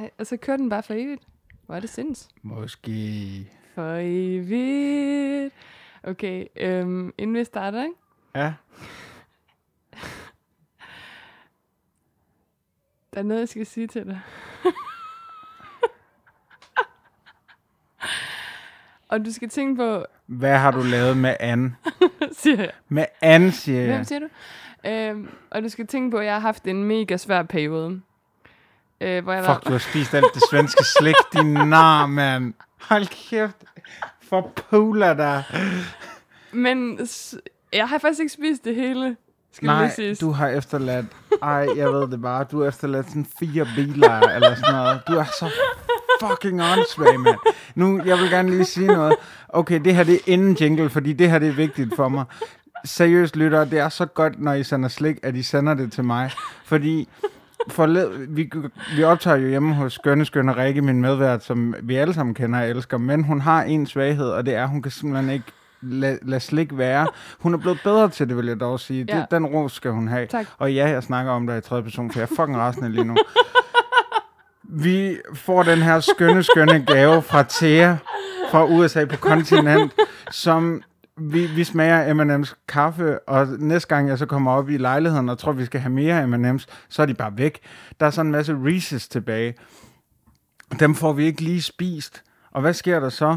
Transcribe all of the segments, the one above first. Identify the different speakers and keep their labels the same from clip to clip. Speaker 1: Ej, og så kører den bare for evigt. Hvor er det sinds?
Speaker 2: Måske...
Speaker 1: For evigt. Okay, øhm, inden vi starter, ikke?
Speaker 2: Ja,
Speaker 1: Der er noget, jeg skal sige til dig. og du skal tænke på,
Speaker 2: hvad har du lavet med Anne?
Speaker 1: siger jeg.
Speaker 2: Med Anne, siger
Speaker 1: Hvem
Speaker 2: jeg.
Speaker 1: siger du? Øhm, og du skal tænke på, at jeg har haft en mega svær periode. Øh, hvor jeg var...
Speaker 2: Fuck, du har spist alt det svenske slik, din nar, mand. Hold kæft. For puler dig.
Speaker 1: Men s- jeg har faktisk ikke spist det hele, skal
Speaker 2: Nej,
Speaker 1: lige siges.
Speaker 2: du har efterladt... Ej, jeg ved det bare. Du har efterladt sådan fire biler eller sådan noget. Du er så fucking åndssvag, mand. Nu, jeg vil gerne lige sige noget. Okay, det her det er inden jingle, fordi det her det er vigtigt for mig. Seriøst, lytter, det er så godt, når I sender slik, at I sender det til mig. Fordi forled, vi, vi optager jo hjemme hos skønne, skønne Rikke, min medvært, som vi alle sammen kender og elsker, men hun har en svaghed, og det er, at hun kan simpelthen ikke lade, lade slik være. Hun er blevet bedre til det, vil jeg dog sige. Ja.
Speaker 1: Ja.
Speaker 2: Det, den ros skal hun have.
Speaker 1: Tak.
Speaker 2: Og ja, jeg snakker om dig i tredje person, for jeg er fucking rasende lige nu. Vi får den her skønne, skønne gave fra Thea fra USA på kontinent, som vi, vi smager M&M's kaffe, og næste gang jeg så kommer op i lejligheden og tror, vi skal have mere M&M's, så er de bare væk. Der er sådan en masse Reese's tilbage. Dem får vi ikke lige spist. Og hvad sker der så?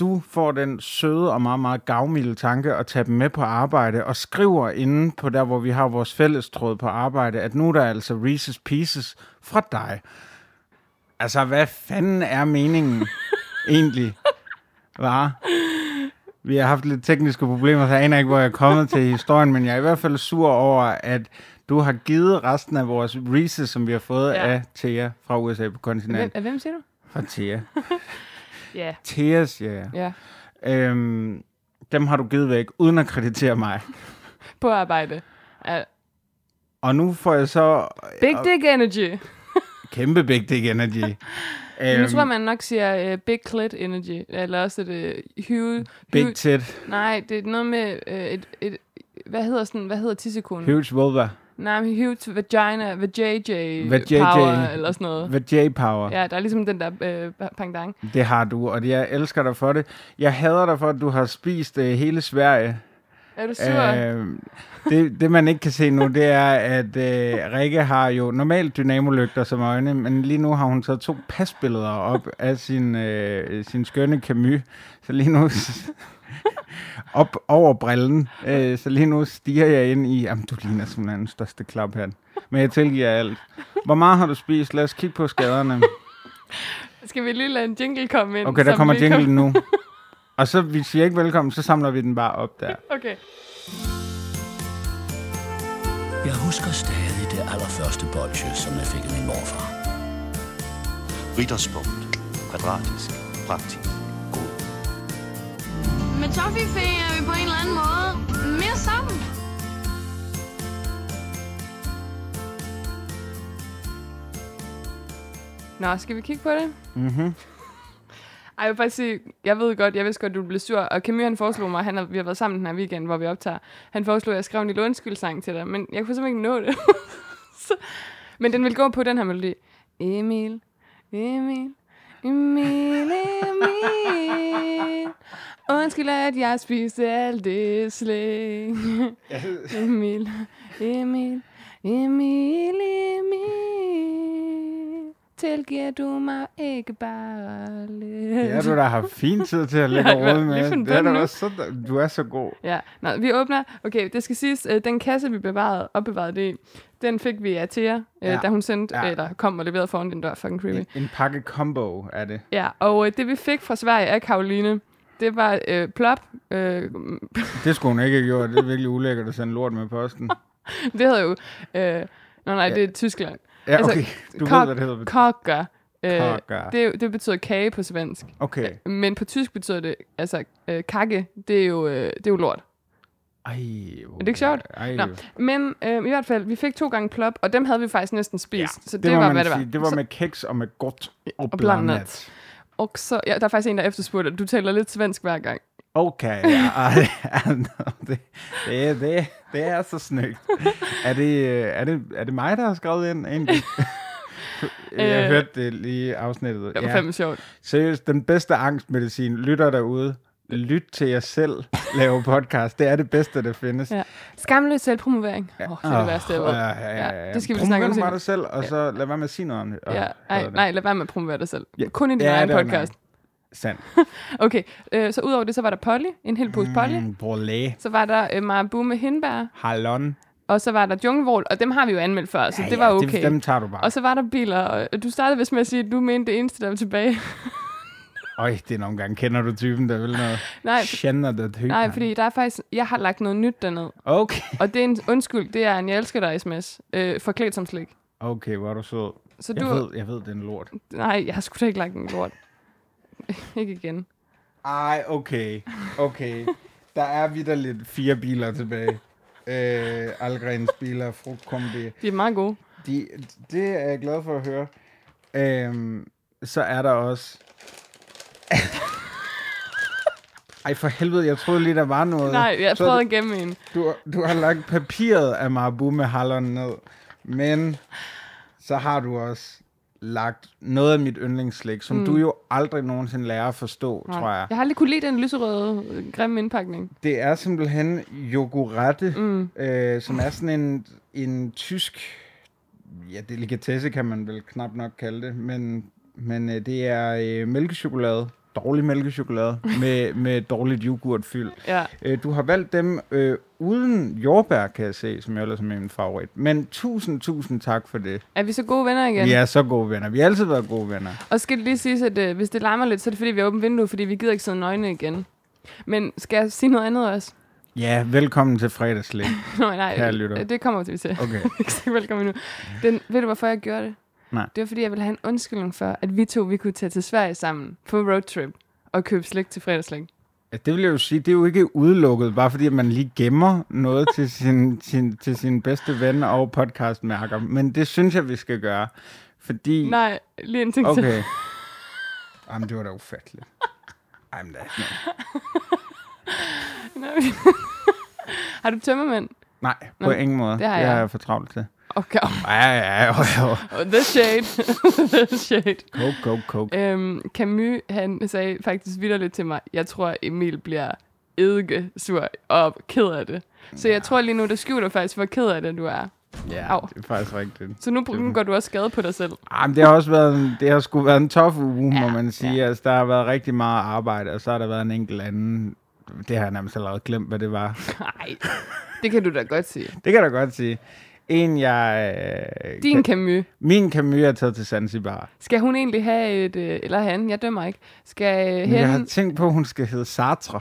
Speaker 2: Du får den søde og meget, meget gavmilde tanke at tage dem med på arbejde og skriver inde på der, hvor vi har vores fælles tråd på arbejde, at nu er der altså Reese's Pieces fra dig. Altså, hvad fanden er meningen egentlig? Var? Vi har haft lidt tekniske problemer, så jeg aner ikke, hvor jeg er kommet til i historien, men jeg er i hvert fald sur over, at du har givet resten af vores Reese's, som vi har fået ja.
Speaker 1: Ja.
Speaker 2: af Thea fra USA på kontinentet.
Speaker 1: Hvem, af hvem siger du?
Speaker 2: Fra Thea.
Speaker 1: Ja.
Speaker 2: Thea, siger jeg.
Speaker 1: ja.
Speaker 2: Øhm, dem har du givet væk, uden at kreditere mig.
Speaker 1: På arbejde. Ja.
Speaker 2: Og nu får jeg så øh,
Speaker 1: Big Dick Energy.
Speaker 2: kæmpe big dick energy.
Speaker 1: Øhm.
Speaker 2: øhm,
Speaker 1: Jeg tror, man nok siger uh, Big Clit Energy. Eller også et uh, huge,
Speaker 2: Big
Speaker 1: huge...
Speaker 2: tit,
Speaker 1: Nej, det er noget med uh, et, et... Hvad hedder sådan... Hvad hedder tissekonen?
Speaker 2: huge vulva,
Speaker 1: Nej, men huge vagina, vajayjay
Speaker 2: Vajayjay.
Speaker 1: power, eller sådan noget.
Speaker 2: the J-power.
Speaker 1: Ja, der er ligesom den der øh, pangdang.
Speaker 2: Det har du, og det- jeg elsker dig for det. Jeg hader dig for, at du har spist øh, hele Sverige.
Speaker 1: Er du sur? Øh.
Speaker 2: Øhm, det, det, man ikke kan se nu, det er, at øh, Rikke har jo normalt dynamolygter som øjne, men lige nu har hun så to pasbilleder op af sin, øh, sin skønne Camus. Så lige nu op over brillen. Øh, så lige nu stiger jeg ind i, jamen du ligner simpelthen den største klap her. Men jeg tilgiver alt. Hvor meget har du spist? Lad os kigge på skaderne.
Speaker 1: Skal vi lige lade en jingle komme ind?
Speaker 2: Okay, der
Speaker 1: som
Speaker 2: kommer
Speaker 1: lige kom-
Speaker 2: jinglen nu. Og så, vi siger ikke velkommen, så samler vi den bare op der.
Speaker 1: Okay.
Speaker 3: Jeg husker stadig det allerførste bolsje, som jeg fik af min morfar.
Speaker 4: Ritterspunkt. Kvadratisk. Praktisk. God.
Speaker 5: Med Toffifee er vi på en eller anden måde mere sammen.
Speaker 1: Nå, skal vi kigge på det?
Speaker 2: Mm-hmm.
Speaker 1: Ej, jeg vil faktisk sige, jeg ved godt, jeg vidste godt, du blev sur. Og Camille, han foreslog mig, han har, vi har været sammen den her weekend, hvor vi optager. Han foreslog, at jeg skrev en lille undskyldssang til dig, men jeg kunne simpelthen ikke nå det. så, men den vil gå på den her melodi. Emil, Emil, Emil, Emil. Undskyld, at jeg spiste alt det slik. Emil, Emil, Emil, Emil. Tilgiver du mig ikke bare lidt?
Speaker 2: Det er du, der har fin tid til at ligge
Speaker 1: Jeg
Speaker 2: og
Speaker 1: har i hvert
Speaker 2: rode
Speaker 1: fald lige
Speaker 2: med.
Speaker 1: fundet
Speaker 2: Det er
Speaker 1: på den
Speaker 2: da
Speaker 1: nu.
Speaker 2: også så, du er så god.
Speaker 1: Ja, Nå, vi åbner. Okay, det skal siges, øh, den kasse, vi bevarede, opbevarede det i, den fik vi af Thea, øh,
Speaker 2: Ja.
Speaker 1: ja. da hun sendte,
Speaker 2: Ja.
Speaker 1: ja. eller kom og leverede foran den dør. Fucking creepy.
Speaker 2: En, en pakke combo er det.
Speaker 1: Ja, og øh, det vi fik fra Sverige af Karoline, det var øh, plop. Øh,
Speaker 2: Det skulle hun ikke have gjort. Det er virkelig ulækkert at sende lort med posten.
Speaker 1: det hedder jo... Øh, nå nej, det er Tyskland.
Speaker 2: Ja,
Speaker 1: Altså,
Speaker 2: okay. Du
Speaker 1: kok-
Speaker 2: ved, hvad det hedder.
Speaker 1: Kokker. Øh,
Speaker 2: Kokker.
Speaker 1: det, det betyder kage på svensk.
Speaker 2: Okay.
Speaker 1: Men på tysk betyder det, altså, øh, kakke, det er jo, øh, det er jo lort.
Speaker 2: Ej,
Speaker 1: Er det ikke sjovt?
Speaker 2: Ej,
Speaker 1: Nå, men øh, i hvert fald, vi fik to gange plop, og dem havde vi faktisk næsten spist. Ja, så det, det
Speaker 2: må
Speaker 1: var,
Speaker 2: man
Speaker 1: hvad det var.
Speaker 2: sige. Det var
Speaker 1: Så-
Speaker 2: med kiks og med godt og
Speaker 1: og blandet.
Speaker 2: blandet.
Speaker 1: Og så, ja, der er faktisk en, der efterspurgte, at du taler lidt svensk hver gang.
Speaker 2: Okay, ja, ej, nå, det, det, er- det, det er så snygt. Er det, øh, er, det, er det mig, der har skrevet ind egentlig? Jeg
Speaker 1: Øh.
Speaker 2: hørte det lige i afsnittet.
Speaker 1: Det var
Speaker 2: Ja.
Speaker 1: fandme sjovt.
Speaker 2: Seriøst, den bedste angstmedicin lytter derude. Lyt til jer selv lave podcast. Det er det bedste, der findes.
Speaker 1: Ja. Skamløs selvpromovering. Åh, oh, det er det værste, jeg ved.
Speaker 2: Ja, ja, ja, ja.
Speaker 1: det skal vi
Speaker 2: Promover
Speaker 1: snakke om
Speaker 2: nu bare
Speaker 1: senere.
Speaker 2: dig selv, og så lad være med at sige noget om det. Og-
Speaker 1: Ja,
Speaker 2: hvad
Speaker 1: ej,
Speaker 2: er det?
Speaker 1: nej, lad være med at promovere dig selv.
Speaker 2: Ja.
Speaker 1: Kun i din
Speaker 2: Ja,
Speaker 1: egen
Speaker 2: det var
Speaker 1: podcast.
Speaker 2: Sandt.
Speaker 1: Okay, øh, så udover det, så var der Polly, en hel pose Polly.
Speaker 2: Mm, Brolé.
Speaker 1: Så var der øh, Marabu med hindbær,
Speaker 2: Hallon.
Speaker 1: og så var der junglevål, og dem har vi jo anmeldt før, så ja, det var okay.
Speaker 2: Det, dem tager du bare.
Speaker 1: Og så var der biler, og du startede vist med at sige, at du mente det eneste, der var tilbage.
Speaker 2: Øj, det er nogle gange. Kender du typen, der vil noget?
Speaker 1: Nej, for-
Speaker 2: Kender du typen?
Speaker 1: Nej, fordi der er faktisk, jeg har lagt noget nyt derned.
Speaker 2: Okay.
Speaker 1: Og det er en undskyld, det er en jeg elsker dig sms, øh, forklædt som slik.
Speaker 2: Okay, hvor er du sød.
Speaker 1: Så
Speaker 2: Jeg
Speaker 1: du,
Speaker 2: ved, jeg ved, det er en lort.
Speaker 1: nej, jeg har sgu da ikke lagt en lort. ikke igen.
Speaker 2: Ej, okay. Okay. Der er vidderligt fire biler tilbage. Øh, Algrens biler, frugtkombi.
Speaker 1: De er meget gode.
Speaker 2: De, det er jeg glad for at høre. Øhm, så er der også... Ej, for helvede, jeg troede lige, der var noget.
Speaker 1: Nej, jeg
Speaker 2: så
Speaker 1: prøvede at gemme en.
Speaker 2: du, du har lagt papiret af Marabu med halleren ned, men så har du også lagt noget af mit yndlingsslik, som mm. du jo aldrig nogensinde lærer at forstå, Nej. tror jeg.
Speaker 1: Jeg har aldrig kunne lide den lyserøde, øh, grimme indpakning.
Speaker 2: Det er simpelthen yoghurtte, mm. øh, som er sådan en, en tysk ja, delikatesse, kan man vel knap nok kalde det, men, men øh, det er øh, mælkechokolade, dårlig mælkechokolade, med, med dårligt yoghurtfyld.
Speaker 1: Ja.
Speaker 2: Øh, du har valgt dem øh, uden jordbær, kan jeg se, som jeg ellers er min favorit. Men tusind, tusind tak for det.
Speaker 1: Er vi så gode venner igen?
Speaker 2: Vi er så gode venner. Vi har altid været gode venner.
Speaker 1: Og skal det lige siges, at øh, hvis det larmer lidt, så er det fordi, vi har åbent vinduet, fordi vi gider ikke sidde nøgne igen. Men skal jeg sige noget andet også?
Speaker 2: Ja, velkommen til fredagslæg.
Speaker 1: Nej, nej,
Speaker 2: Kære lytter.
Speaker 1: øh, det kommer vi til.
Speaker 2: Okay.
Speaker 1: ikke sige velkommen endnu. Den, ved du, hvorfor jeg gjorde det?
Speaker 2: Nej.
Speaker 1: Det var, fordi jeg ville have en undskyldning for, at vi to vi kunne tage til Sverige sammen på roadtrip og købe slik til fredagslæg.
Speaker 2: Ja, det vil jeg jo sige, det er jo ikke udelukket, bare fordi at man lige gemmer noget til sin, sin, til sin bedste ven og podcastmærker. Men det synes jeg, vi skal gøre. Fordi...
Speaker 1: Nej, lige en ting til.
Speaker 2: Mm. Okay. Jamen, det var da ufatteligt. Ej, men det er ikke noget.
Speaker 1: Nej. Har du tømmermænd?
Speaker 2: Nej, på ingen måde.
Speaker 1: det har
Speaker 2: Det
Speaker 1: jeg.
Speaker 2: er jeg for travlt til.
Speaker 1: Okay,
Speaker 2: Ej, ja, ja, ja.
Speaker 1: oh, the shade. the shade.
Speaker 2: Coke, coke, coke.
Speaker 1: Øhm, Camus, han sagde faktisk vidderligt til mig, jeg tror, Emil bliver eddike sur og ked af det. Så jeg tror lige nu, der skjuler faktisk, hvor ked af det du er.
Speaker 2: Ja,
Speaker 1: Øh, Au.
Speaker 2: det er faktisk rigtigt.
Speaker 1: Så nu, nu går du også skade på dig selv.
Speaker 2: Ej, men det har også været en, det har sgu været en tof uge, ja, må
Speaker 1: Ja,
Speaker 2: man sige. Ja. Altså, der har været rigtig meget arbejde, og så har der været en enkelt anden... Det har jeg nærmest allerede glemt, hvad det var.
Speaker 1: Nej, det kan du da godt sige.
Speaker 2: Det kan jeg da godt sige. En, jeg... Øh,
Speaker 1: Din
Speaker 2: kan-
Speaker 1: Camus.
Speaker 2: min Camus er taget til Zanzibar.
Speaker 1: Skal hun egentlig have et, øh, eller han, jeg dømmer ikke, skal øh,
Speaker 2: Men jeg har
Speaker 1: hen,
Speaker 2: tænkt på, at hun skal hedde Sartre.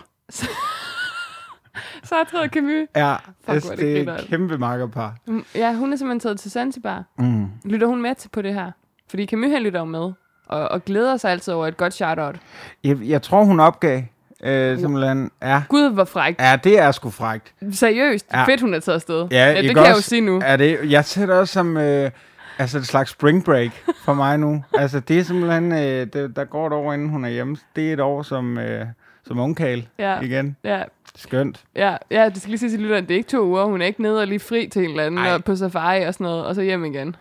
Speaker 1: så er Tred Camus.
Speaker 2: Ja,
Speaker 1: hvor er
Speaker 2: altså,
Speaker 1: det
Speaker 2: det er et
Speaker 1: grineren.
Speaker 2: kæmpe makkerpar.
Speaker 1: Mm, Ja, hun er simpelthen taget til Zanzibar.
Speaker 2: Mm.
Speaker 1: Lytter hun med til på det her? Fordi Camus han lytter jo med, og, og glæder sig altid over et godt shout-out.
Speaker 2: Jeg, jeg tror, hun opgav, øh, simpelthen. Ja.
Speaker 1: Gud, hvor frækt.
Speaker 2: ja, det er sgu frækt.
Speaker 1: Seriøst,
Speaker 2: Ja.
Speaker 1: ja. fedt hun er taget afsted.
Speaker 2: Ja,
Speaker 1: det
Speaker 2: ikke
Speaker 1: kan jeg jo
Speaker 2: også?
Speaker 1: sige nu.
Speaker 2: Er det, jeg ser det også som øh, altså et slags spring break for mig nu. altså det er simpelthen, øh, det, der går et år, inden hun er hjemme. Det er et år som, øh, som ungkale
Speaker 1: Ja.
Speaker 2: igen.
Speaker 1: Ja,
Speaker 2: Skønt.
Speaker 1: ja, ja, det skal lige sige til lytteren, det er ikke to uger, hun er ikke nede og lige fri til en eller anden
Speaker 2: Ej.
Speaker 1: og på safari og sådan noget, og så hjem igen.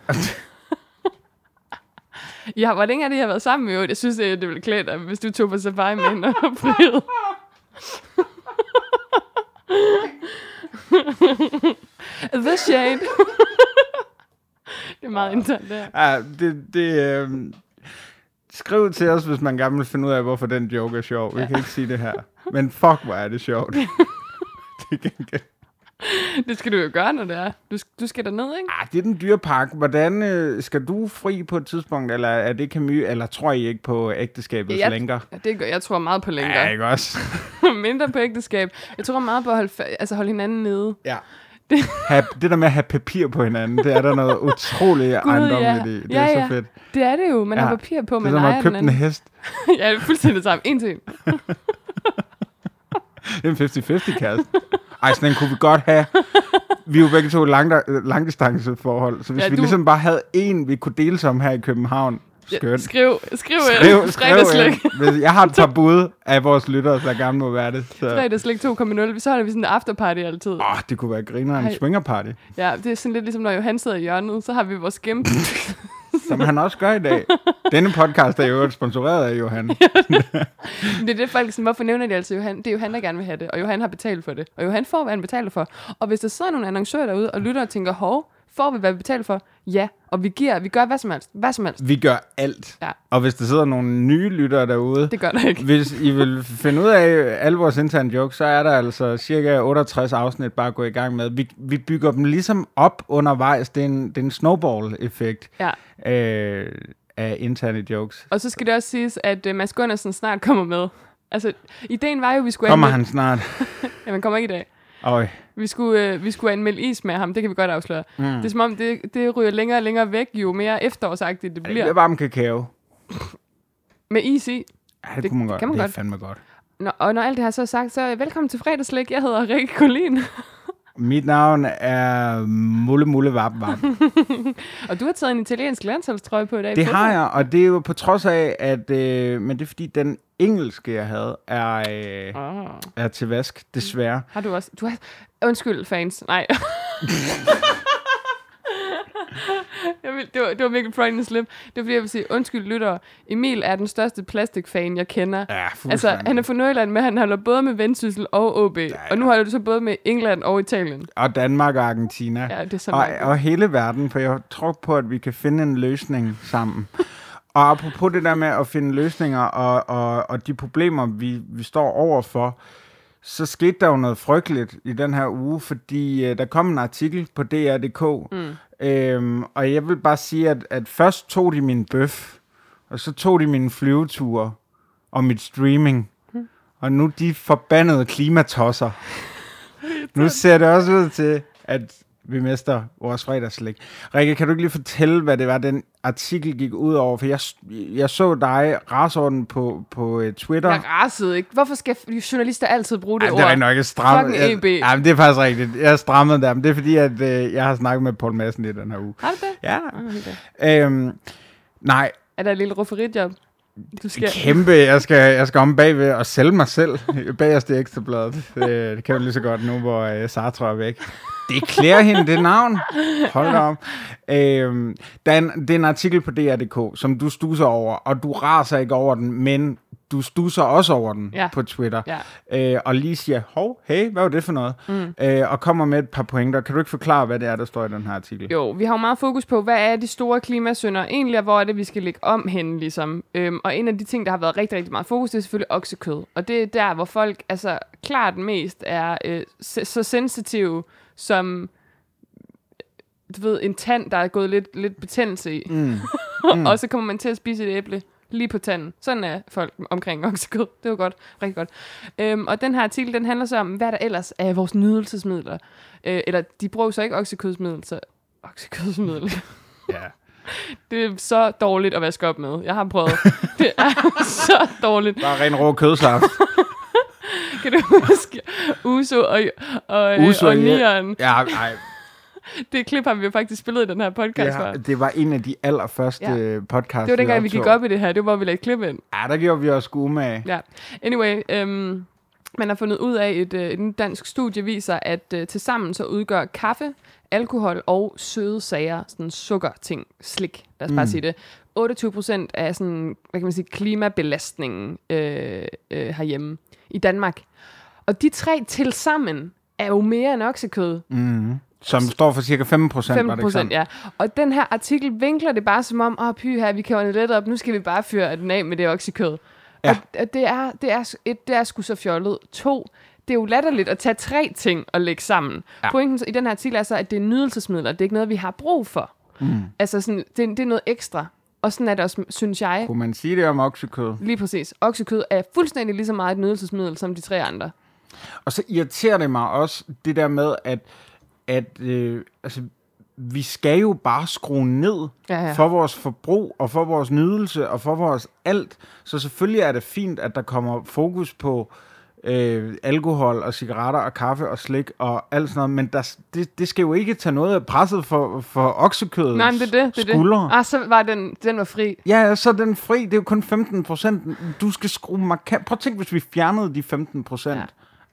Speaker 1: ja, hvor længe er det, jeg har været sammen med? Jeg synes, det, det ville klæde dig, hvis du tog på safari med hende og friede. The shade. det er meget internt, der.
Speaker 2: Ja, det, det øh, skriv til os, hvis man gerne vil finde ud af, hvorfor den joke er sjov. Vi kan ikke sige det her. Men fuck, hvor er det sjovt. det, kan, kan.
Speaker 1: Det skal du jo gøre, når det er. Du, du skal derned, ikke?
Speaker 2: Ah, det er den dyre park. Hvordan øh, skal du fri på et tidspunkt, eller er det Camus, eller tror I ikke på ægteskabets ja, lænker?
Speaker 1: Ja, det gør, jeg tror meget på længder.
Speaker 2: Ja, ikke også?
Speaker 1: Mindre på ægteskab. Jeg tror meget på at holde, fa- altså holde hinanden nede.
Speaker 2: Ja. Have, det der med at have papir på hinanden, det er der noget utroligt ejendommeligt i. Det
Speaker 1: ja,
Speaker 2: er
Speaker 1: ja.
Speaker 2: så fedt.
Speaker 1: Det er det jo. Man
Speaker 2: Ja.
Speaker 1: har papir på,
Speaker 2: Det er
Speaker 1: man
Speaker 2: som
Speaker 1: ejer
Speaker 2: at
Speaker 1: den
Speaker 2: købe en
Speaker 1: anden.
Speaker 2: hest.
Speaker 1: ja, det er fuldstændig det samme. En ting.
Speaker 2: Det er en 50-50 kæreste. Ej, sådan en kunne vi godt have. Vi er jo begge to i lang, langdistanceforhold, så hvis
Speaker 1: Ja,
Speaker 2: ja, vi
Speaker 1: du-
Speaker 2: ligesom bare havde en, vi kunne deles om her i København. Skønt.
Speaker 1: Skriv, skriv,
Speaker 2: Skriv,
Speaker 1: skriv,
Speaker 2: skriv,
Speaker 1: fredagslæg.
Speaker 2: ind. Hvis- Jeg har et par bud af vores lyttere, der gerne må være det. Så.
Speaker 1: Fredagslæg 2.0. Så holder vi sådan en afterparty altid.
Speaker 2: Åh, det kunne være griner en
Speaker 1: Ej.
Speaker 2: swingerparty.
Speaker 1: Ja, det er sådan lidt ligesom, når Johan sidder i hjørnet, så har vi vores gem.
Speaker 2: som han også gør i dag. Denne podcast er jo sponsoreret af Johan.
Speaker 1: Men det er det, folk sådan, hvorfor nævner de altså Johan? Det er Johan, der gerne vil have det, og Johan har betalt for det. Og Johan får, hvad han betaler for. Og hvis der sidder nogle annoncører derude og lytter og tænker, hov, får vi, hvad vi betaler for? Ja, og vi giver, vi gør hvad som helst. Hvad som helst.
Speaker 2: Vi gør alt.
Speaker 1: Ja.
Speaker 2: Og hvis der sidder nogle nye lyttere derude,
Speaker 1: Det gør der ikke.
Speaker 2: hvis I vil finde ud af alle vores interne jokes, så er der altså cirka 68 afsnit bare at gå i gang med. Vi, vi bygger dem ligesom op undervejs. Det er en, det er en snowball-effekt
Speaker 1: Ja.
Speaker 2: øh, af interne jokes.
Speaker 1: Og så skal det også siges, at uh, Mads Gunnarsen snart kommer med. Altså, ideen var jo, at vi skulle
Speaker 2: Kommer
Speaker 1: anmelde-
Speaker 2: han snart?
Speaker 1: Jamen, han kommer ikke i dag.
Speaker 2: Øj.
Speaker 1: Vi skulle, øh, vi skulle anmelde is med ham, det kan vi godt afsløre. Mm.
Speaker 2: Hmm.
Speaker 1: Det er som om, det, det ryger længere og længere væk, jo mere efterårsagtigt det
Speaker 2: Det bliver
Speaker 1: bliver.
Speaker 2: varm kakao.
Speaker 1: Med is i.
Speaker 2: Ja, det,
Speaker 1: Det
Speaker 2: det kunne man godt.
Speaker 1: kan man
Speaker 2: det er
Speaker 1: godt.
Speaker 2: fandme godt.
Speaker 1: Nå, og når alt det her så er sagt, så øh, velkommen til fredagslæg. Jeg hedder Rikke Kolin,
Speaker 2: Mit navn er Mulle Mulle Vap Vap.
Speaker 1: og du har taget en italiensk landsholdstrøje på i dag.
Speaker 2: Det har jeg, og det er jo på trods af, at... Øh, men det er fordi, den engelske, jeg havde, er, øh,
Speaker 1: Oh.
Speaker 2: er til vask, desværre.
Speaker 1: Har du også? Du har... Undskyld, fans. Nej. jeg vil, det, var, det var virkelig Freudian slip. Det var fordi, jeg vil sige, undskyld, lyttere. Emil er den største plastikfan, jeg kender.
Speaker 2: Ja,
Speaker 1: Altså,
Speaker 2: fuldstændig.
Speaker 1: han er fra Nordjylland, men han holder både med Vendsyssel og OB. Ja, ja. Og nu holder du så både med England og Italien.
Speaker 2: Og Danmark og Argentina.
Speaker 1: Ja, det er så
Speaker 2: og,
Speaker 1: mærkeligt.
Speaker 2: og hele verden, for jeg tror på, at vi kan finde en løsning sammen. og apropos det der med at finde løsninger og, og, og de problemer, vi, vi står overfor, så skete der jo noget frygteligt i den her uge, fordi øh, der kom en artikel på DR.dk, mm. øhm, og jeg vil bare sige, at, at først tog de min bøf, og så tog de mine flyveture og mit streaming, og nu de forbandede klimatosser. Nu ser det også ud til, at vi mester vores fredagslæg. Rikke, kan du ikke lige fortælle, hvad det var, den artikel gik ud over? For jeg, jeg så dig rasorden på, på uh, Twitter.
Speaker 1: Jeg rasede ikke. Hvorfor skal journalister altid bruge det
Speaker 2: Ej,
Speaker 1: ord?
Speaker 2: det er rigtig nok, jeg stram...
Speaker 1: Fucking E
Speaker 2: jeg,
Speaker 1: EB.
Speaker 2: Ej, men det er faktisk rigtigt. Jeg strammede der, men det er fordi, at øh, jeg har snakket med Poul Madsen i den her uge.
Speaker 1: Har du det?
Speaker 2: Ja.
Speaker 1: Okay.
Speaker 2: Øhm, nej,
Speaker 1: Er der et lille rufferitjob? Du skal...
Speaker 2: kæmpe. Jeg skal, jeg skal om bagved og sælge mig selv bagerst i ekstrabladet. Det, det kan jo lige så godt nu, hvor øh, Sartre er væk. Det klæder hende, det navn. Hold da op. Øhm, der er en, det er en artikel på DR.dk, som du stusser over, og du raser ikke over den, men du stusser også over den
Speaker 1: Ja.
Speaker 2: på Twitter.
Speaker 1: Ja.
Speaker 2: Øh, og lige siger, hov, hey, hvad var det for noget? Mm. Øh, og kommer med et par pointer. Kan du ikke forklare, hvad det er, der står i den her artikel?
Speaker 1: Jo, vi har jo meget fokus på, hvad er de store klimasynder egentlig, og hvor er det, vi skal lægge om henne, ligesom. Øhm, og en af de ting, der har været rigtig, rigtig meget fokus, det er selvfølgelig oksekød. Og det er der, hvor folk altså klart mest er øh, se- så sensitive som du ved, en tand, der er gået lidt, lidt betændelse i. Mm. Mm. og så kommer man til at spise et æble lige på tanden. Sådan er folk omkring oksekød. Det var godt. Rigtig godt. Øhm, og den her artikel, den handler så om, hvad der ellers er vores nydelsesmidler. Øh, eller de bruger jo så ikke oksekødsmiddel, så oksekødsmiddel.
Speaker 2: Ja.
Speaker 1: Det er så dårligt at vaske op med. Jeg har prøvet. Det er så dårligt.
Speaker 2: Bare ren rå kødsaft.
Speaker 1: Kan du huske Uso og, og, Uso,
Speaker 2: Uso,
Speaker 1: og
Speaker 2: ja.
Speaker 1: Nieren?
Speaker 2: ja, ej,
Speaker 1: Det klip har vi jo faktisk spillet i den her podcast.
Speaker 2: det,
Speaker 1: Ja,
Speaker 2: har,
Speaker 1: det,
Speaker 2: det var en af de allerførste
Speaker 1: Ja.
Speaker 2: ja. podcasts,
Speaker 1: det var dengang, vi
Speaker 2: optog.
Speaker 1: gik op i det her. Det var, hvor vi lagde klip ind.
Speaker 2: Ja, der gjorde vi os umage.
Speaker 1: Ja. Anyway, øhm, man har fundet ud af, et, øh, et dansk studie viser, at øh, tilsammen så udgør kaffe, alkohol og søde sager, sådan sukker, ting, slik, lad os bare sige det, 28 procent af sådan, hvad kan man sige, klimabelastningen øh, øh, herhjemme i Danmark. Og de tre tilsammen er jo mere end oksekød.
Speaker 2: Som står for cirka 5 procent, var
Speaker 1: 15
Speaker 2: det ikke
Speaker 1: procent,
Speaker 2: sådan?
Speaker 1: ja. Og den her artikel vinkler det bare som om, åh oh, py her, vi kan jo lidt op, nu skal vi bare fyre den af med det oksekød. Ja. Og, og det, er, det, er, s- et, det er sgu så fjollet. To, det er jo latterligt at tage tre ting og lægge sammen. Ja. Pointen i den her artikel er så, at det er nydelsesmidler, det er ikke noget, vi har brug for. Mm. Altså, sådan, det, det er noget ekstra. Og sådan er det også, synes jeg,
Speaker 2: Kunne man sige det om oksekød?
Speaker 1: lige præcis. Oksekød er fuldstændig lige så meget et nydelsesmiddel som de tre andre.
Speaker 2: Og så irriterer det mig også, det der med, at, at øh, altså, vi skal jo bare skrue ned
Speaker 1: Ja, ja.
Speaker 2: for vores forbrug, og for vores nydelse, og for vores alt. Så selvfølgelig er det fint, at der kommer fokus på øh, alkohol, og cigaretter, og kaffe, og slik, og alt sådan noget, men der, det, det skal jo ikke tage noget af presset for, for oksekødets
Speaker 1: Nej, men det er det. det, er
Speaker 2: skuldre.
Speaker 1: det. Ah, så var den, den var fri.
Speaker 2: Ja, ja, så er den fri, det er jo kun 15 procent. Du skal skrue markant. Prøv at tænk, hvis vi fjernede de 15 procent.
Speaker 1: Ja.
Speaker 2: Ja.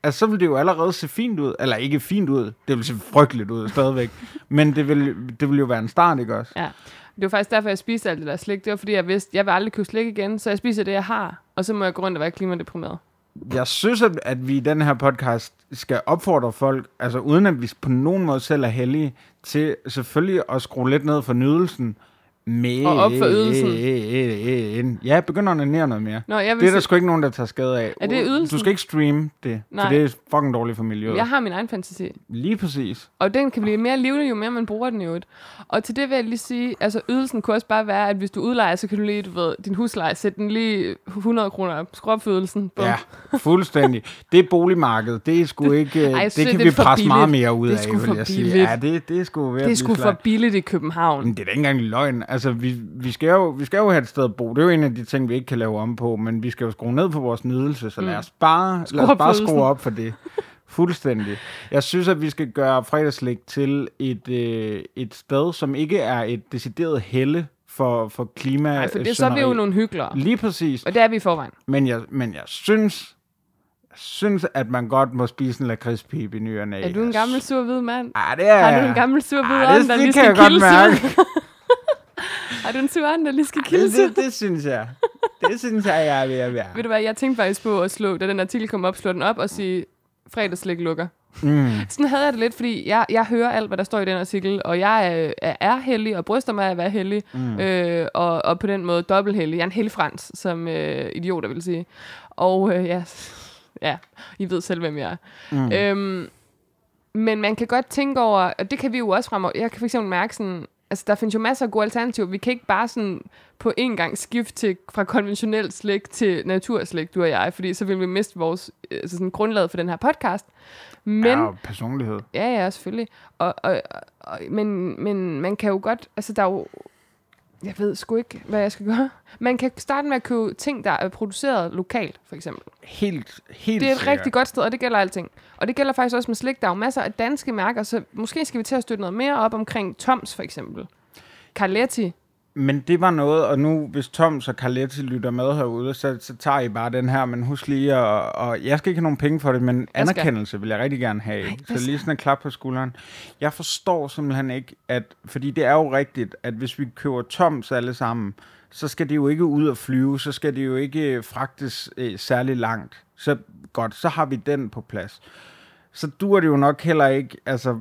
Speaker 2: Altså, så ville det jo allerede se fint ud. Eller ikke fint ud. Det ville se frygteligt ud stadigvæk. Men det ville, det ville jo være en start, ikke også?
Speaker 1: Ja. Det var faktisk derfor, jeg spiste alt det der slik. Det var, fordi jeg vidste, jeg vil aldrig købe slik igen, så jeg spiser det, jeg har. Og så må jeg gå rundt og være klimadeprimeret.
Speaker 2: Jeg synes, at, at vi i den her podcast skal opfordre folk, altså uden at vi på nogen måde selv er heldige, til selvfølgelig at skrue lidt ned for nydelsen. Men,
Speaker 1: Og op for
Speaker 2: ydelsen. Ja, begynder at nære noget mere.
Speaker 1: Nå, jeg vil
Speaker 2: Det er der
Speaker 1: sige-
Speaker 2: sgu ikke nogen, der tager skade af.
Speaker 1: Er det
Speaker 2: Du
Speaker 1: ydelsen?
Speaker 2: skal ikke streame det,
Speaker 1: Nej.
Speaker 2: for det er fucking dårligt for miljøet.
Speaker 1: Jeg har min egen fantasi.
Speaker 2: Lige præcis.
Speaker 1: Og den kan blive mere livlig, jo mere man bruger den i øvrigt. Og til det vil jeg lige sige, altså ydelsen kunne også bare være, at hvis du udlejer, så kan du lige, du ved, din husleje, sætte den lige 100 kroner op. Skru op for ydelsen. Bum.
Speaker 2: Ja, fuldstændig. Det er boligmarkedet. Det er sgu ikke...
Speaker 1: Ej,
Speaker 2: Ej,
Speaker 1: jeg
Speaker 2: det
Speaker 1: synes,
Speaker 2: kan
Speaker 1: det
Speaker 2: vi
Speaker 1: er for
Speaker 2: presse meget
Speaker 1: billigt.
Speaker 2: mere ud
Speaker 1: Det er
Speaker 2: af,
Speaker 1: sgu for
Speaker 2: vil jeg sige.
Speaker 1: billigt.
Speaker 2: Ja, det, det er Mm. sgu ved at
Speaker 1: Det er
Speaker 2: blive
Speaker 1: sgu for
Speaker 2: slagt.
Speaker 1: billigt i København.
Speaker 2: Men det er da ikke engang løgn. Altså, vi, vi, skal jo, vi skal jo have et sted at bo. Det er jo en af de ting, vi ikke kan lave om på, men vi skal jo skrue ned på vores nydelse, så lad os bare, lad os
Speaker 1: Mm. op for
Speaker 2: bare
Speaker 1: ydelsen.
Speaker 2: skrue op for det. Fuldstændig. Jeg synes, at vi skal gøre fredagslæg til et, øh, et sted, som ikke er et decideret helle for, for klima. øh,
Speaker 1: Nej, for Altså, det, så er vi jo nogle hyggelere.
Speaker 2: Lige præcis.
Speaker 1: Og det er vi i forvejen.
Speaker 2: Men jeg, men jeg synes, jeg synes, at man godt må spise en lakridspibe i ny og næ.
Speaker 1: Er du en
Speaker 2: Jeg
Speaker 1: gammel sur hvid mand?
Speaker 2: Ej, det er
Speaker 1: Har du
Speaker 2: jeg.
Speaker 1: en gammel sur hvid
Speaker 2: Ej,
Speaker 1: ånd,
Speaker 2: det,
Speaker 1: der
Speaker 2: det
Speaker 1: lige
Speaker 2: kan
Speaker 1: skal
Speaker 2: jeg godt
Speaker 1: kildes
Speaker 2: mærke.
Speaker 1: ud? Har du en sur ånd, der lige skal
Speaker 2: det,
Speaker 1: kildes ud?
Speaker 2: det, det, synes jeg. Det synes jeg, jeg er ved at være.
Speaker 1: Ved du hvad, jeg tænkte faktisk på at slå, da den artikel kom op, slå den op og sige, fredagslæg lukker. Mm. Sådan havde jeg det lidt, fordi jeg, jeg hører alt, hvad der står i den artikel, og jeg øh, er, er heldig og bryster mig af at være heldig, mm. øh, og, og på den måde dobbelt heldig. Jeg er en heldig frans, som øh, idioter vil sige. Og øh, ja, ja, I ved selv, hvem jeg er. Mm. Øhm, men man kan godt tænke over, og det kan vi jo også fremover, jeg kan for eksempel mærke sådan, altså der findes jo masser af gode alternativer, vi kan ikke bare sådan på en gang skifte til, fra konventionel slik til naturslik, du og jeg, fordi så vil vi miste vores øh, altså sådan grundlaget for den her podcast. Men,
Speaker 2: Ja, og personlighed.
Speaker 1: ja, ja, selvfølgelig. Og, og, og, men, men man kan jo godt, altså der er jo, jeg ved sgu ikke, hvad jeg skal gøre. Man kan starte med at købe ting, der er produceret lokalt, for eksempel.
Speaker 2: Helt, helt
Speaker 1: Det er et
Speaker 2: sikkert.
Speaker 1: rigtig godt sted, og det gælder alting. Og det gælder faktisk også med slik. Der er jo masser af danske mærker, så måske skal vi til at støtte noget mere op omkring Toms, for eksempel. Carletti.
Speaker 2: Men det var noget, og nu hvis Tom og Carletti lytter med herude, så, så tager I bare den her, men husk lige, og, og jeg skal ikke have nogen penge for det, men
Speaker 1: skal.
Speaker 2: anerkendelse vil jeg rigtig gerne have.
Speaker 1: Ej, hvad
Speaker 2: så lige sådan en klap på skulderen. Jeg forstår simpelthen ikke, at, fordi det er jo rigtigt, at hvis vi køber Toms alle sammen, så skal det jo ikke ud og flyve, så skal det jo ikke øh, fragtes øh, særlig langt. Så godt, så har vi den på plads. Så dur det jo nok heller ikke, altså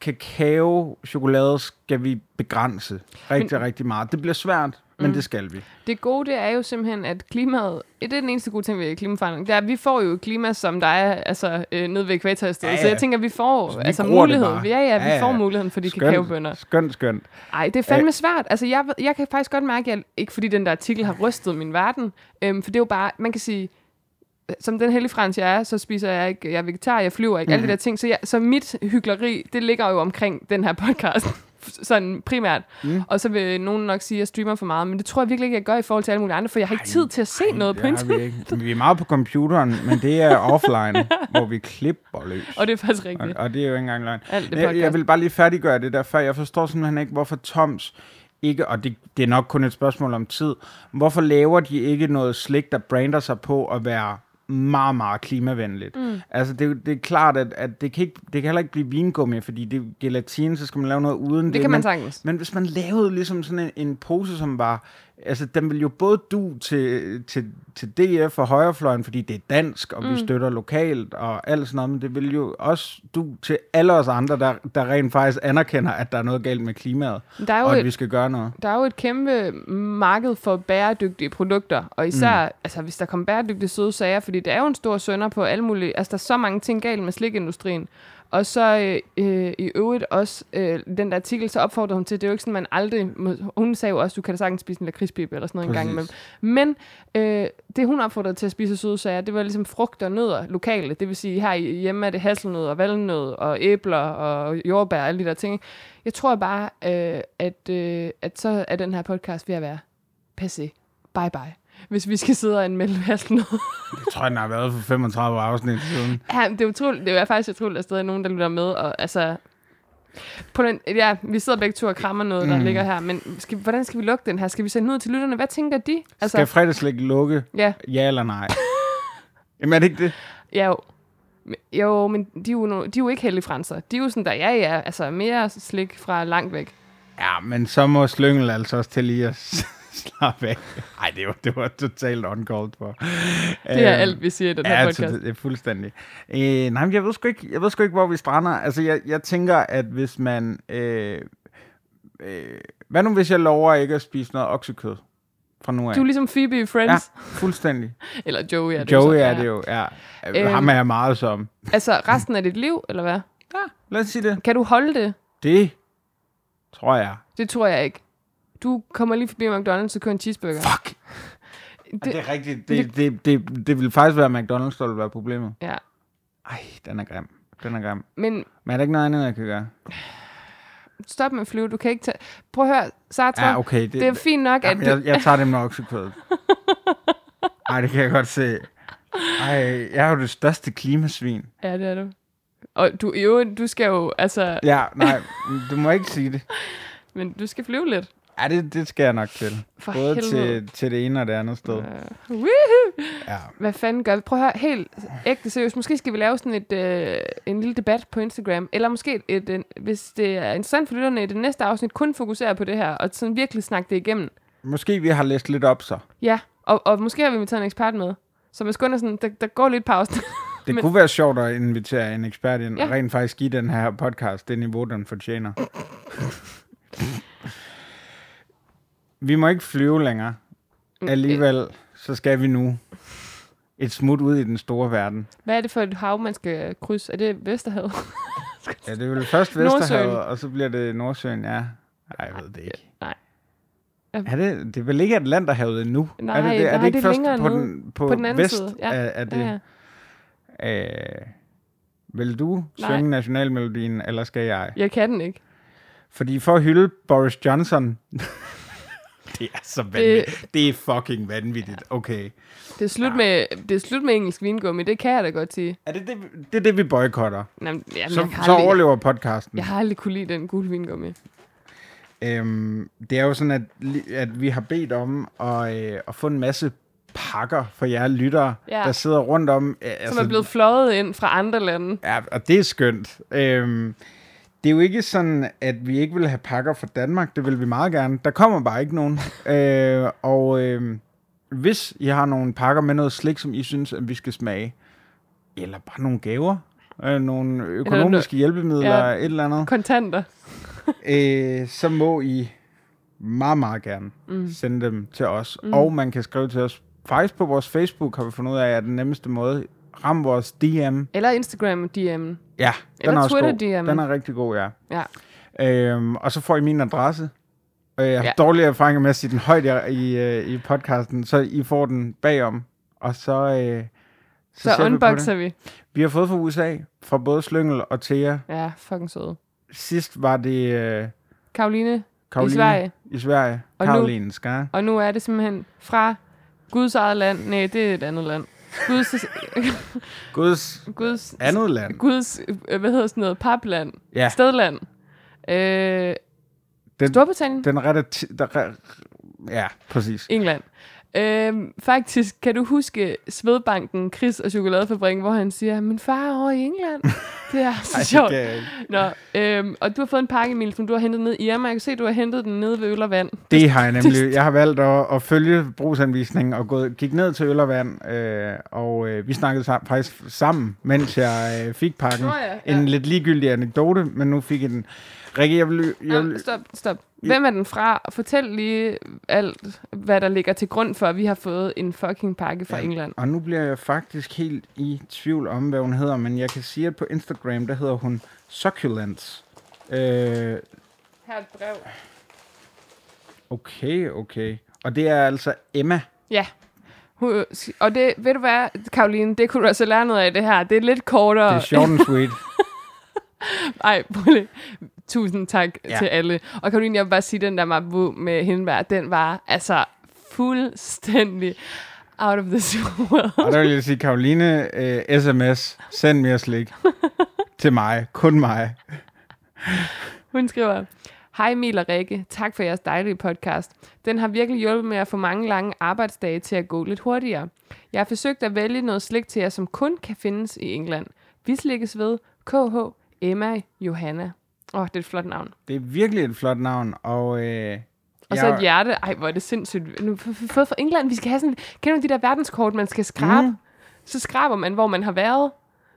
Speaker 2: kakao, chokolade skal vi begrænse rigtig, men, rigtig meget. Det bliver svært,
Speaker 1: Mm.
Speaker 2: men det skal vi.
Speaker 1: Det gode, det er jo simpelthen, at klimaet... Det er den eneste gode ting ved klimaforandring. Det er, at vi får jo et klima, som der er altså, øh, nede ved ekvator i stedet.
Speaker 2: Ja,
Speaker 1: Ja, ja.
Speaker 2: ja.
Speaker 1: Så jeg tænker, at vi får
Speaker 2: Så
Speaker 1: så
Speaker 2: vi
Speaker 1: altså,
Speaker 2: gror det
Speaker 1: muligheden.
Speaker 2: bare.
Speaker 1: Ja, ja, vi
Speaker 2: Ja,
Speaker 1: ja,
Speaker 2: ja.
Speaker 1: ja. får muligheden for de kakaobønder.
Speaker 2: skønt, skønt.
Speaker 1: Ej, det er
Speaker 2: Øh.
Speaker 1: fandme svært. Altså, jeg, ved- jeg kan faktisk godt mærke, at jeg, ikke fordi den der artikel har rystet min verden, øhm, for det er jo bare, man kan sige, øh, som den hellige frans, jeg er, så spiser jeg ikke, jeg er vegetar, jeg flyver ikke, mm. alle
Speaker 2: Mhm.
Speaker 1: de der ting. Så, jeg, så mit hyggeleri, det ligger jo omkring den her podcast, sådan primært. Mm. Og så vil nogen nok sige, at jeg streamer for meget, men det tror jeg virkelig ikke, jeg gør i forhold til alle mulige andre, for jeg har ikke tid til at se noget
Speaker 2: Det
Speaker 1: på
Speaker 2: har vi
Speaker 1: internet.
Speaker 2: ikke. Men Vi er meget på computeren, men det er offline, hvor vi klipper løs.
Speaker 1: Og det er faktisk
Speaker 2: Og,
Speaker 1: rigtigt.
Speaker 2: og det er jo ikke engang løgn.
Speaker 1: Alt det
Speaker 2: jeg, jeg
Speaker 1: podcast.
Speaker 2: vil bare lige færdiggøre det der, før jeg forstår simpelthen ikke, hvorfor Toms ikke, og det, det er nok kun et spørgsmål om tid, hvorfor laver de ikke noget slik, der brander sig på at være meget, meget klimavenligt. Mm. Altså, det, det er klart, at, at det, kan ikke, det kan heller ikke blive vingummi, fordi det er gelatine, så skal man lave noget uden det.
Speaker 1: kan man
Speaker 2: men,
Speaker 1: sagtens.
Speaker 2: Men hvis man lavede ligesom sådan en, en pose, som var, altså, den ville jo både du til, til, til DF og højrefløjen, fordi det er dansk, og mm. vi støtter lokalt og alt sådan noget, men det ville jo også du til alle os andre, der, der rent faktisk anerkender, at der er noget galt med klimaet,
Speaker 1: Der er jo
Speaker 2: og at
Speaker 1: et-
Speaker 2: vi skal gøre noget.
Speaker 1: Der er jo et kæmpe marked for bæredygtige produkter, og især, mm. altså hvis der kommer bæredygtige søde sager, fordi det er jo en stor sønder på alle mulige, altså der er så mange ting galt med slikindustrien. Og så øh, øh, i øvrigt også, øh, den der artikel, så opfordrer hun til, det er jo ikke sådan, man aldrig, må, hun sagde jo også, du kan da sagtens spise en lakridspibe eller sådan noget en gang imellem.
Speaker 2: Præcis.
Speaker 1: Men øh, det hun opfordrede til at spise søde sager, det var ligesom frugt og nødder lokale. Det vil sige, her i- hjemme er det hasselnød og valnød og æbler og jordbær og alle de der ting. ikke? Jeg tror bare, øh, at, øh, at så er den her podcast ved at være passé. Bye bye. Hvis vi skal sidde og anmelde hasselnød.
Speaker 2: Jeg tror, den har været for 35 afsnit siden.
Speaker 1: ja, det er utroligt. Det er faktisk utroligt, at der stadig er nogen, der lytter med. Og, altså, på den, ja, vi sidder begge to og krammer noget, der mm. ligger her. Men skal, hvordan skal vi lukke den her? Skal vi sende den ud til lytterne? Hvad tænker de?
Speaker 2: Altså, skal fredagslæg lukke?
Speaker 1: ja.
Speaker 2: Ja eller nej? Jamen er det ikke det?
Speaker 1: Ja, jo. Men- Jo, men de er jo, no, de er jo ikke heldige franser. De er jo sådan der, ja, ja, altså mere slik fra langt væk.
Speaker 2: Ja, men så må Slyngel altså også til lige at slappe af. Ej, det var, det var totalt uncalled for. Øhm,
Speaker 1: Det er alt, vi siger i den her
Speaker 2: ja,
Speaker 1: podcast.
Speaker 2: Ja, det er fuldstændig. Øh, nej, men jeg ved, sgu ikke, jeg ved sgu ikke, hvor vi strander. Altså, jeg, jeg tænker, at hvis man... Øh, øh, hvad nu, hvis jeg lover ikke at spise noget oksekød fra nu af?
Speaker 1: Du er ligesom Phoebe i
Speaker 2: ja,
Speaker 1: Friends.
Speaker 2: fuldstændig.
Speaker 1: Ja. Eller Joey er det jo
Speaker 2: Joey
Speaker 1: så.
Speaker 2: er det jo, ja. Øhm, Ham er jeg meget som.
Speaker 1: Altså resten af dit liv, eller hvad?
Speaker 2: Lad os sige det.
Speaker 1: Kan du holde det?
Speaker 2: Det tror jeg.
Speaker 1: Det tror jeg ikke. Du kommer lige forbi McDonald's og kører en cheeseburger.
Speaker 2: Fuck! Det, det er rigtigt. Det, det, det, det, det ville faktisk være McDonald's, der ville være problemet.
Speaker 1: Ja.
Speaker 2: Ej, den er grim. Den er grim.
Speaker 1: Men
Speaker 2: Men er der ikke noget andet, jeg kan gøre?
Speaker 1: stop med at flyve. Du kan ikke tage... Prøv at høre, Sartre.
Speaker 2: Ja, okay, det-
Speaker 1: det er fint nok, at
Speaker 2: Jamen,
Speaker 1: du...
Speaker 2: jeg, jeg tager det med oksekødet. Ej, det kan jeg godt se. Ej, jeg er jo det største klimasvin.
Speaker 1: Ja, det er du. Og du, i øvrigt, du skal jo... Altså,
Speaker 2: Ja, nej, du må ikke sige det.
Speaker 1: men du skal flyve lidt.
Speaker 2: Ja, det, det skal jeg nok til.
Speaker 1: For
Speaker 2: Både
Speaker 1: helvede.
Speaker 2: til, til det ene og det andet sted.
Speaker 1: Uh, woohoo!
Speaker 2: Ja.
Speaker 1: Hvad fanden gør vi? Prøv at høre, helt ægte seriøst. Måske skal vi lave sådan et, øh, en lille debat på Instagram. Eller måske, et, en, hvis det er interessant for lytterne, i det næste afsnit kun fokusere på det her, og sådan virkelig snakke det igennem.
Speaker 2: Måske vi har læst lidt op så.
Speaker 1: Ja, og, og måske har vi taget en ekspert med. Så Mads Gundersen, der, der går lidt pause.
Speaker 2: Det
Speaker 1: Men-
Speaker 2: Men... kunne være sjovt at invitere en ekspert ind og
Speaker 1: Ja.
Speaker 2: rent faktisk give den her podcast det niveau, den fortjener. vi må ikke flyve længere.
Speaker 1: Mm,
Speaker 2: Alligevel, så skal vi nu et smut ud i den store verden.
Speaker 1: Hvad er det for et hav, man skal krydse? Er det Vesterhavet?
Speaker 2: Ja, det er vel først
Speaker 1: Nordsøen.
Speaker 2: Vesterhavet, og så bliver det Nordsøen, ja. Nej, jeg ved det ikke.
Speaker 1: Øh, Nej.
Speaker 2: Er det, det er vel ikke Atlanterhavet endnu?
Speaker 1: Nej,
Speaker 2: er det, det, er
Speaker 1: nej,
Speaker 2: det ikke
Speaker 1: det er
Speaker 2: først
Speaker 1: længere
Speaker 2: på
Speaker 1: nede.
Speaker 2: den, på,
Speaker 1: På den anden
Speaker 2: vest
Speaker 1: side, ja.
Speaker 2: af, af det?
Speaker 1: Ja, ja.
Speaker 2: Øh, vil du
Speaker 1: Nej.
Speaker 2: synge nationalmelodien, eller skal jeg?
Speaker 1: Jeg kan den ikke.
Speaker 2: Fordi for at hylde Boris Johnson... det er så vanvittigt. Det, det er fucking vanvittigt. Okay.
Speaker 1: Det er
Speaker 2: Ah.
Speaker 1: slut, med, det er slut med engelsk vingummi, det kan jeg da godt sige.
Speaker 2: Er det, det, det er det, vi boykotter.
Speaker 1: Jamen, jamen,
Speaker 2: Så,
Speaker 1: jeg, har
Speaker 2: så
Speaker 1: aldrig,
Speaker 2: overlever podcasten.
Speaker 1: jeg har aldrig kunne lide den gule vingummi.
Speaker 2: Øhm, det er jo sådan, at, li- at vi har bedt om at, øh, at få en masse pakker for jer lyttere,
Speaker 1: Ja.
Speaker 2: der sidder rundt om. Øh,
Speaker 1: Som er blevet fløjet ind fra andre lande.
Speaker 2: Ja, og det er skønt. Øhm, det er jo ikke sådan, at vi ikke vil have pakker fra Danmark. Det vil vi meget gerne. Der kommer bare ikke nogen. øh, og øh, hvis I har nogle pakker med noget slik, som I synes, at vi skal smage, eller bare nogle gaver, øh, nogle økonomiske hjælpemidler,
Speaker 1: Ja.
Speaker 2: ja. et eller andet,
Speaker 1: Kontanter.
Speaker 2: øh, så må I meget, meget gerne mm. sende dem til os. Mm. Og man kan skrive til os. Faktisk på vores Facebook har vi fundet ud af, at den nemmeste måde, ram vores DM,
Speaker 1: Eller Instagram DM'en.
Speaker 2: Ja,
Speaker 1: Eller
Speaker 2: den er også
Speaker 1: Twitter
Speaker 2: god.
Speaker 1: DM.
Speaker 2: Den er rigtig god, ja.
Speaker 1: Ja.
Speaker 2: Øhm, og så får I min adresse. Øh, jeg har
Speaker 1: Ja.
Speaker 2: ja. dårlige erfaringer med at sige den højt i- i, øh, i podcasten, så I får den bagom. Og så, øh,
Speaker 1: Så,
Speaker 2: ser vi på
Speaker 1: unboxer
Speaker 2: det.
Speaker 1: vi.
Speaker 2: Vi har fået fra USA, fra både Slyngel og Thea.
Speaker 1: Ja, fucking søde.
Speaker 2: Sidst var det øh,
Speaker 1: Karoline.
Speaker 2: Karoline.
Speaker 1: Sverige.
Speaker 2: I Sverige.
Speaker 1: Og
Speaker 2: Og
Speaker 1: nu-
Speaker 2: Karoline Skar.
Speaker 1: Og nu er det simpelthen fra Guds eget land. Nej, det er et andet land. Guds,
Speaker 2: Guds
Speaker 1: Guds,
Speaker 2: andet land.
Speaker 1: Guds øh, hvad hedder sådan noget, papland,
Speaker 2: Ja,
Speaker 1: stedland. Øh,
Speaker 2: den,
Speaker 1: Storbritannien,
Speaker 2: den rette... T- der, re- ja, præcis.
Speaker 1: England. Øhm, faktisk, kan du huske Svedbanken, Chris og Chokoladefabrikken, hvor han siger, min far er over i England. Det er så sjovt.
Speaker 2: det kan jeg ikke.
Speaker 1: Nå, øhm, og du har fået en pakke, Emil, som du har hentet ned i Irma. Jeg kan se, du har hentet den nede ved Øl og Vand.
Speaker 2: Det har jeg nemlig. Jeg har valgt at, at følge brugsanvisningen og gået, gik ned til Øl og Vand, øh, og øh, vi snakkede sam, faktisk sammen, mens jeg øh, fik pakken.
Speaker 1: Nå ja, ja.
Speaker 2: En lidt ligegyldig anekdote, men nu fik jeg den. Rikke, jeg vil...
Speaker 1: Nå,
Speaker 2: Jeg vil
Speaker 1: stop, stop. Hvem er den fra? Fortæl lige alt, hvad der ligger til grund for, at vi har fået en fucking pakke fra England.
Speaker 2: og nu bliver jeg faktisk helt i tvivl om, hvad hun hedder, men jeg kan sige, at på Instagram, der hedder hun Succulents. Øh,
Speaker 1: Her er et brev.
Speaker 2: okay, okay. Og det er altså Emma.
Speaker 1: Ja. Hun- Og det, ved du hvad, Karoline, det kunne du altså lære noget af det her. Det er lidt kortere.
Speaker 2: Det er short and sweet.
Speaker 1: Ej, prøv lige. Tusind tak ja.
Speaker 2: Ja.
Speaker 1: til alle. Og Karoline, jeg vil bare sige, den der mabu med hindbær, den var altså fuldstændig out of this world.
Speaker 2: Og der vil jeg sige, Karoline, øh, sms, send mere slik til mig, kun mig.
Speaker 1: Hun skriver, Hej Emil og Rikke, tak for jeres dejlige podcast. Den har virkelig hjulpet med at få mange lange arbejdsdage til at gå lidt hurtigere. Jeg har forsøgt at vælge noget slik til jer, som kun kan findes i England. Vi slikkes ved KH Emma Johanna. Åh, oh, det er et flot navn.
Speaker 2: Det er virkelig et flot navn, og... Øh,
Speaker 1: Og så et hjerte. Ej, hvor er det sindssygt. Nu har vi fået fra England. Vi skal have sådan... Kender du de der verdenskort, man skal skrabe?
Speaker 2: Mm.
Speaker 1: Mm. Så skraber man, hvor man har været.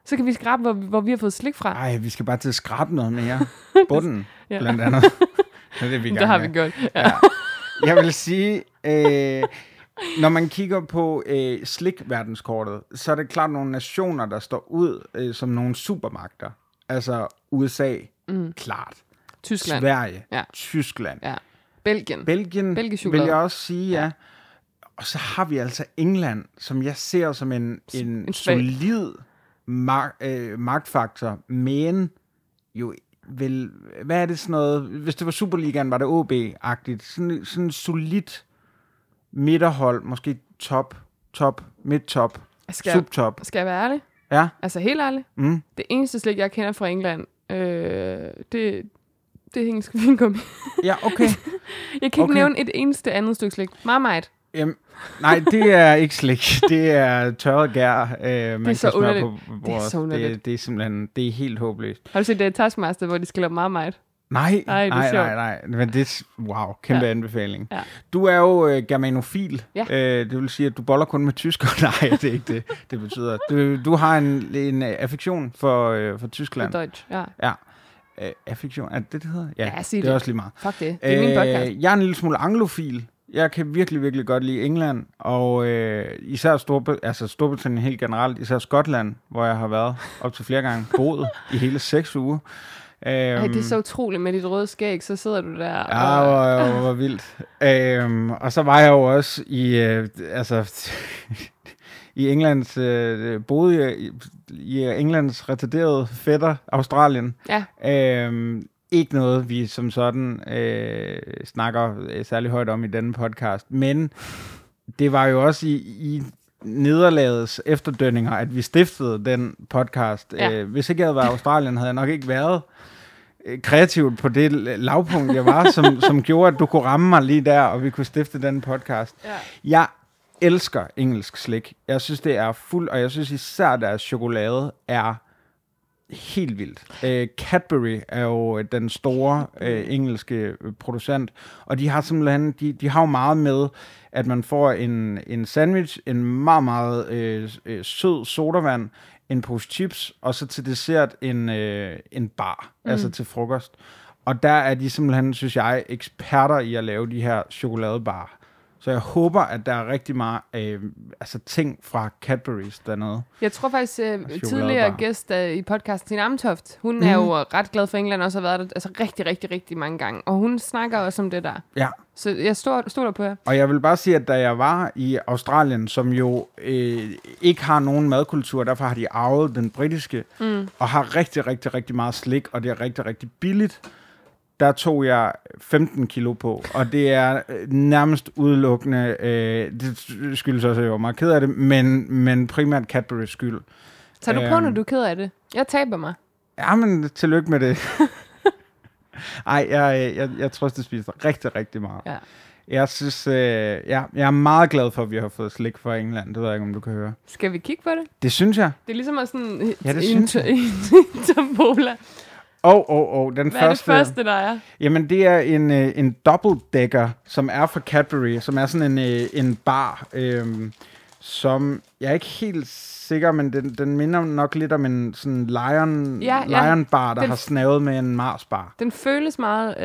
Speaker 1: Så kan vi skrabe, hvor, hvor vi har fået slik fra.
Speaker 2: Ej, vi skal bare til at skrabe noget mere. Bunden, ja.
Speaker 1: Ja.
Speaker 2: blandt andet. Det er det, vi er i
Speaker 1: det
Speaker 2: gang
Speaker 1: har
Speaker 2: med.
Speaker 1: vi gjort. Ja.
Speaker 2: Jeg vil sige, øh, når man kigger på øh, slikverdenskortet, så er det klart nogle nationer, der står ud øh, som nogle supermagter. Altså USA, mm. klart.
Speaker 1: Tyskland.
Speaker 2: Sverige,
Speaker 1: Ja.
Speaker 2: Tyskland.
Speaker 1: Ja. Belgien.
Speaker 2: Belgien vil
Speaker 1: Belgiechokolade.
Speaker 2: jeg også sige, ja. Og så har vi altså England, som jeg ser som en, en, en
Speaker 1: en svag.
Speaker 2: solid mag, øh, magtfaktor, men jo vel, hvad er det sådan noget, hvis det var Superligaen, var det OB-agtigt, sådan, sådan en solid midterhold, måske top, top, midtop,
Speaker 1: Skal jeg,
Speaker 2: subtop,
Speaker 1: skal jeg være ærlig?
Speaker 2: ja,
Speaker 1: Altså helt ærligt.
Speaker 2: Mm.
Speaker 1: Det eneste slik, jeg kender fra England, øh, det, det er engelsk vingummi.
Speaker 2: ja, okay.
Speaker 1: Jeg kan ikke
Speaker 2: Okay.
Speaker 1: okay. nævne et eneste andet stykke slik. Marmite.
Speaker 2: Jamen, nej, det er ikke slik. Det er tørret gær, øh, man kan
Speaker 1: så
Speaker 2: smøre
Speaker 1: underligt.
Speaker 2: på
Speaker 1: Det er
Speaker 2: bordet.
Speaker 1: så underligt.
Speaker 2: Det, det er simpelthen, det er helt håbløst.
Speaker 1: Har du set det i Taskmaster, hvor de skal lave Marmite?
Speaker 2: Nej,
Speaker 1: Ej, det er
Speaker 2: nej,
Speaker 1: sjovt.
Speaker 2: nej, nej. Men det er, wow, kæmpe ja. anbefaling.
Speaker 1: Ja.
Speaker 2: Du er jo øh, germanofil.
Speaker 1: Ja.
Speaker 2: Øh, det vil sige, at du boller kun med tysker. nej, det er ikke det, det betyder. Du, du har en, en øh, affektion for, øh, for Tyskland.
Speaker 1: På Deutsch. Ja.
Speaker 2: Ja. Øh, affektion, er det det, det hedder?
Speaker 1: Ja, sig
Speaker 2: det er
Speaker 1: det.
Speaker 2: også lige meget.
Speaker 1: Fuck det. Det er øh, min podcast.
Speaker 2: jeg er en lille smule anglofil. Jeg kan virkelig, virkelig godt lide England, og øh, især Storbe- altså Storbritannien helt generelt, især Skotland, hvor jeg har været op til flere gange boet i hele seks uger. Øhm,
Speaker 1: Ej, det er så utroligt med dit røde skæg, så sidder du der.
Speaker 2: Ja,
Speaker 1: og,
Speaker 2: hvor, hvor, hvor vildt. Øhm, og så var jeg jo også i, øh, altså, i Englands, øh, boede jeg i, i Englands retarderede fætter, Australien.
Speaker 1: ja.
Speaker 2: Øhm, ikke noget, vi som sådan øh, snakker øh, særlig højt om i denne podcast, men det var jo også i, i nederlagets efterdønninger, at vi stiftede den podcast.
Speaker 1: Ja.
Speaker 2: Øh, hvis ikke jeg havde været i Australien, havde jeg nok ikke været øh, kreativt på det lavpunkt, jeg var, som, som gjorde, at du kunne ramme mig lige der, og vi kunne stifte den podcast.
Speaker 1: Ja.
Speaker 2: Jeg elsker engelsk slik. Jeg synes, det er fuld, og jeg synes især deres chokolade er helt vildt. Øh, Cadbury er jo øh, den store øh, engelske øh, producent, og de har simpelthen, de, de har jo meget med, at man får en, en sandwich, en meget, meget øh, øh, sød sodavand, en pose chips, og så til dessert en, øh, en bar, mm. altså til frokost. Og der er de simpelthen, synes jeg, eksperter i at lave de her chokoladebarer. Så jeg håber, at der er rigtig meget øh, altså ting fra Cadbury's dernede.
Speaker 1: Jeg tror faktisk, øh,
Speaker 2: chokoladebar.
Speaker 1: tidligere gæst øh, i podcasten, Tina Amtoft, hun mm. er jo ret glad for England, og har været der altså, rigtig, rigtig, rigtig mange gange. Og hun snakker også om det der.
Speaker 2: Ja,
Speaker 1: Så jeg står, står der på jer.
Speaker 2: Og jeg vil bare sige, at da jeg var i Australien, som jo øh, ikke har nogen madkultur, derfor har de arvet den britiske, mm. og har rigtig, rigtig, rigtig meget slik, og det er rigtig, rigtig billigt, der tog jeg 15 kilo på, og det er øh, nærmest udelukkende, øh, det skyldes også, at jeg var meget ked af det, men, men primært Cadbury's skyld.
Speaker 1: Tager du på,
Speaker 2: Øhm.
Speaker 1: når du er ked af det? Jeg taber mig.
Speaker 2: Ja, men tillykke med det. Ej, jeg, jeg, jeg tror, det spiser rigtig, rigtig meget.
Speaker 1: Ja.
Speaker 2: Jeg synes, øh, ja, jeg er meget glad for, at vi har fået slik fra England. Det ved jeg ikke, om du kan høre.
Speaker 1: Skal vi kigge på det?
Speaker 2: Det synes jeg.
Speaker 1: Det er ligesom at sådan
Speaker 2: Ja, det
Speaker 1: i
Speaker 2: synes jeg.
Speaker 1: en, i en tombola.
Speaker 2: Og, og, og, den
Speaker 1: Hvad er det
Speaker 2: første.
Speaker 1: første, der er?
Speaker 2: Jamen, det er en, øh, en dobbeltdækker, som er fra Cadbury, som er sådan en, øh, en bar, øh, som jeg er ikke helt sikker, men den, den minder nok lidt om en sådan lion,
Speaker 1: Ja, ja.
Speaker 2: lion bar, der
Speaker 1: Den-
Speaker 2: har snavet med en Mars bar.
Speaker 1: Den føles meget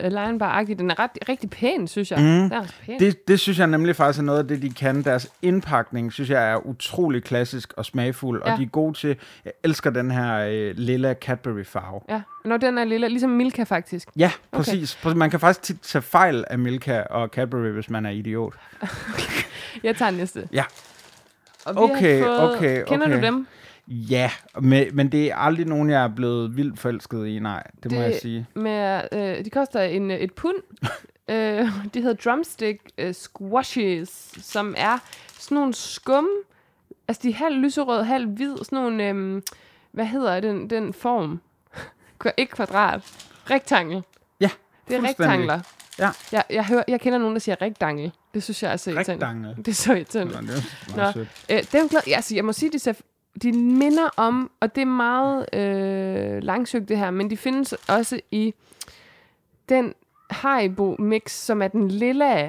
Speaker 1: øh, lion bar -agtig. Den er ret, rigtig pæn, synes jeg. Mm. Den er pæn. Det...
Speaker 2: Det, det synes jeg nemlig faktisk er noget af det, de kan. Deres indpakning, synes jeg, er utrolig klassisk og smagfuld, ja.
Speaker 1: Ja.
Speaker 2: og de er gode til... Jeg elsker den her øh, lilla Cadbury-farve.
Speaker 1: Ja. Når den er lille, ligesom Milka faktisk.
Speaker 2: Ja, præcis. Okay. Man kan faktisk tit tage fejl af Milka og Cadbury, hvis man er idiot.
Speaker 1: Jeg tager næste.
Speaker 2: Ja,
Speaker 1: Og vi har
Speaker 2: Okay, okay,
Speaker 1: Kender
Speaker 2: okay.
Speaker 1: du dem?
Speaker 2: ja men, men det er aldrig nogen, jeg er blevet vildt forelsket i. Nej, det, det må jeg sige.
Speaker 1: Med, øh, de koster en, øh, et pund. øh, de hedder drumstick øh, squashes, som er sådan nogle skum. Altså de er halv lyserød, halv hvid. Sådan nogle, øh, hvad hedder den, den form? Kva- Ikke kvadrat. Rektangel.
Speaker 2: Ja,
Speaker 1: Det er
Speaker 2: fuldstændig.
Speaker 1: rektangler.
Speaker 2: Ja.
Speaker 1: Jeg, jeg, hører, jeg kender nogen, der siger rektangel. Det synes jeg er så irriterende.
Speaker 2: Rektangel.
Speaker 1: Det er så irriterende.
Speaker 2: Nå, det er meget
Speaker 1: Nå,
Speaker 2: sødt.
Speaker 1: øh, dem glæder, ja, altså, jeg må sige, de ser, de minder om, og det er meget øh, langsøgt det her, men de findes også i den Haribo-mix, som er den lilla,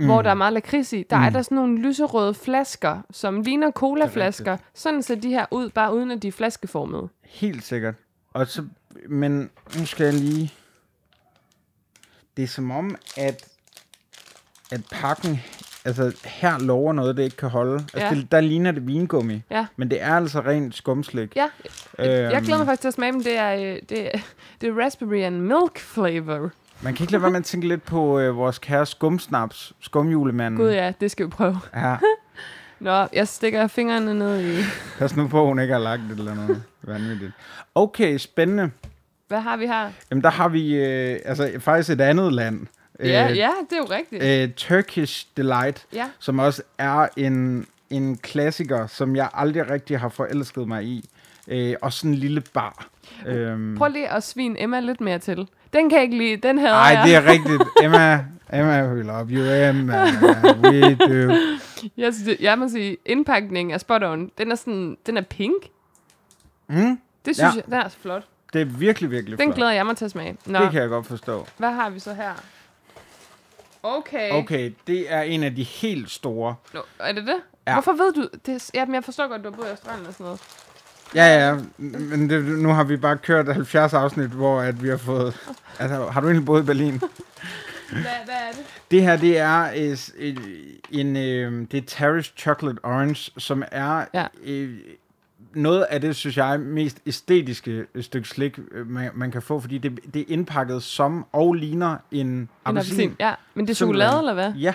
Speaker 1: mm. hvor der er meget lakrids i. Der mm. er der sådan nogle lyserøde flasker, som ligner colaflasker. Sådan ser de her ud, bare uden at de er flaskeformede.
Speaker 2: Helt sikkert. Og så, men nu skal jeg lige... Det er som om, at, at pakken... Altså, her lover noget, det ikke kan holde. Altså,
Speaker 1: Ja.
Speaker 2: ja. det, der ligner det vingummi.
Speaker 1: Ja.
Speaker 2: Men det er altså rent skumslik.
Speaker 1: Ja,
Speaker 2: øhm,
Speaker 1: jeg glæder mig faktisk til at smage dem. Det er, øh, det, er- det er raspberry and milk flavor.
Speaker 2: Man kan ikke lade være med at tænke lidt på øh, vores kære skumsnaps, skumjulemanden.
Speaker 1: Gud ja, det skal vi prøve.
Speaker 2: ja.
Speaker 1: Nå, jeg stikker fingrene ned i...
Speaker 2: Pas nu på, hun ikke har lagt et eller andet vanvittigt. Okay, spændende.
Speaker 1: Hvad har vi her?
Speaker 2: Jamen, der har vi øh, altså, faktisk et andet land.
Speaker 1: Ja,
Speaker 2: Øh,
Speaker 1: ja, det er jo rigtigt.
Speaker 2: Øh, Turkish Delight,
Speaker 1: Ja.
Speaker 2: som også er en, en klassiker, som jeg aldrig rigtig har forelsket mig i. Øh, og sådan en lille bar. Øhm,
Speaker 1: Prøv lige at svine Emma lidt mere til. Den kan jeg ikke lide. Den havde
Speaker 2: ej,
Speaker 1: jeg.
Speaker 2: det er rigtigt. Emma, Emma, we love you, Emma. We do.
Speaker 1: Jeg, synes, det- jeg må sige, indpakningen af spot on, den er sådan, den er pink.
Speaker 2: Mm,
Speaker 1: Det synes
Speaker 2: Ja.
Speaker 1: ja. jeg, den er så flot.
Speaker 2: det er virkelig, virkelig
Speaker 1: Den
Speaker 2: flot.
Speaker 1: glæder jeg mig til at smage. Nå,
Speaker 2: Det kan jeg godt forstå.
Speaker 1: hvad har vi så her? Okay.
Speaker 2: Okay, det er en af de helt store.
Speaker 1: Nå, er det det?
Speaker 2: Ja.
Speaker 1: Hvorfor ved du det? Jamen, jeg forstår godt, du har boet i Australien og sådan noget.
Speaker 2: Ja, ja, men det, nu har vi bare kørt 70 afsnit, hvor at vi har fået... Altså, har du egentlig boet i Berlin?
Speaker 1: Hvad, hvad er det?
Speaker 2: Det her, det er øh, s- øh, en, øh, det er Terry's Chocolate Orange, som er
Speaker 1: Ja.
Speaker 2: øh, noget af det, synes jeg, mest æstetiske stykke slik, øh, man, man kan få, fordi det, det er indpakket som og ligner en
Speaker 1: En
Speaker 2: appelsin.
Speaker 1: appelsin. Ja, men det er
Speaker 2: Simpelthen.
Speaker 1: chokolade, eller hvad?
Speaker 2: Ja,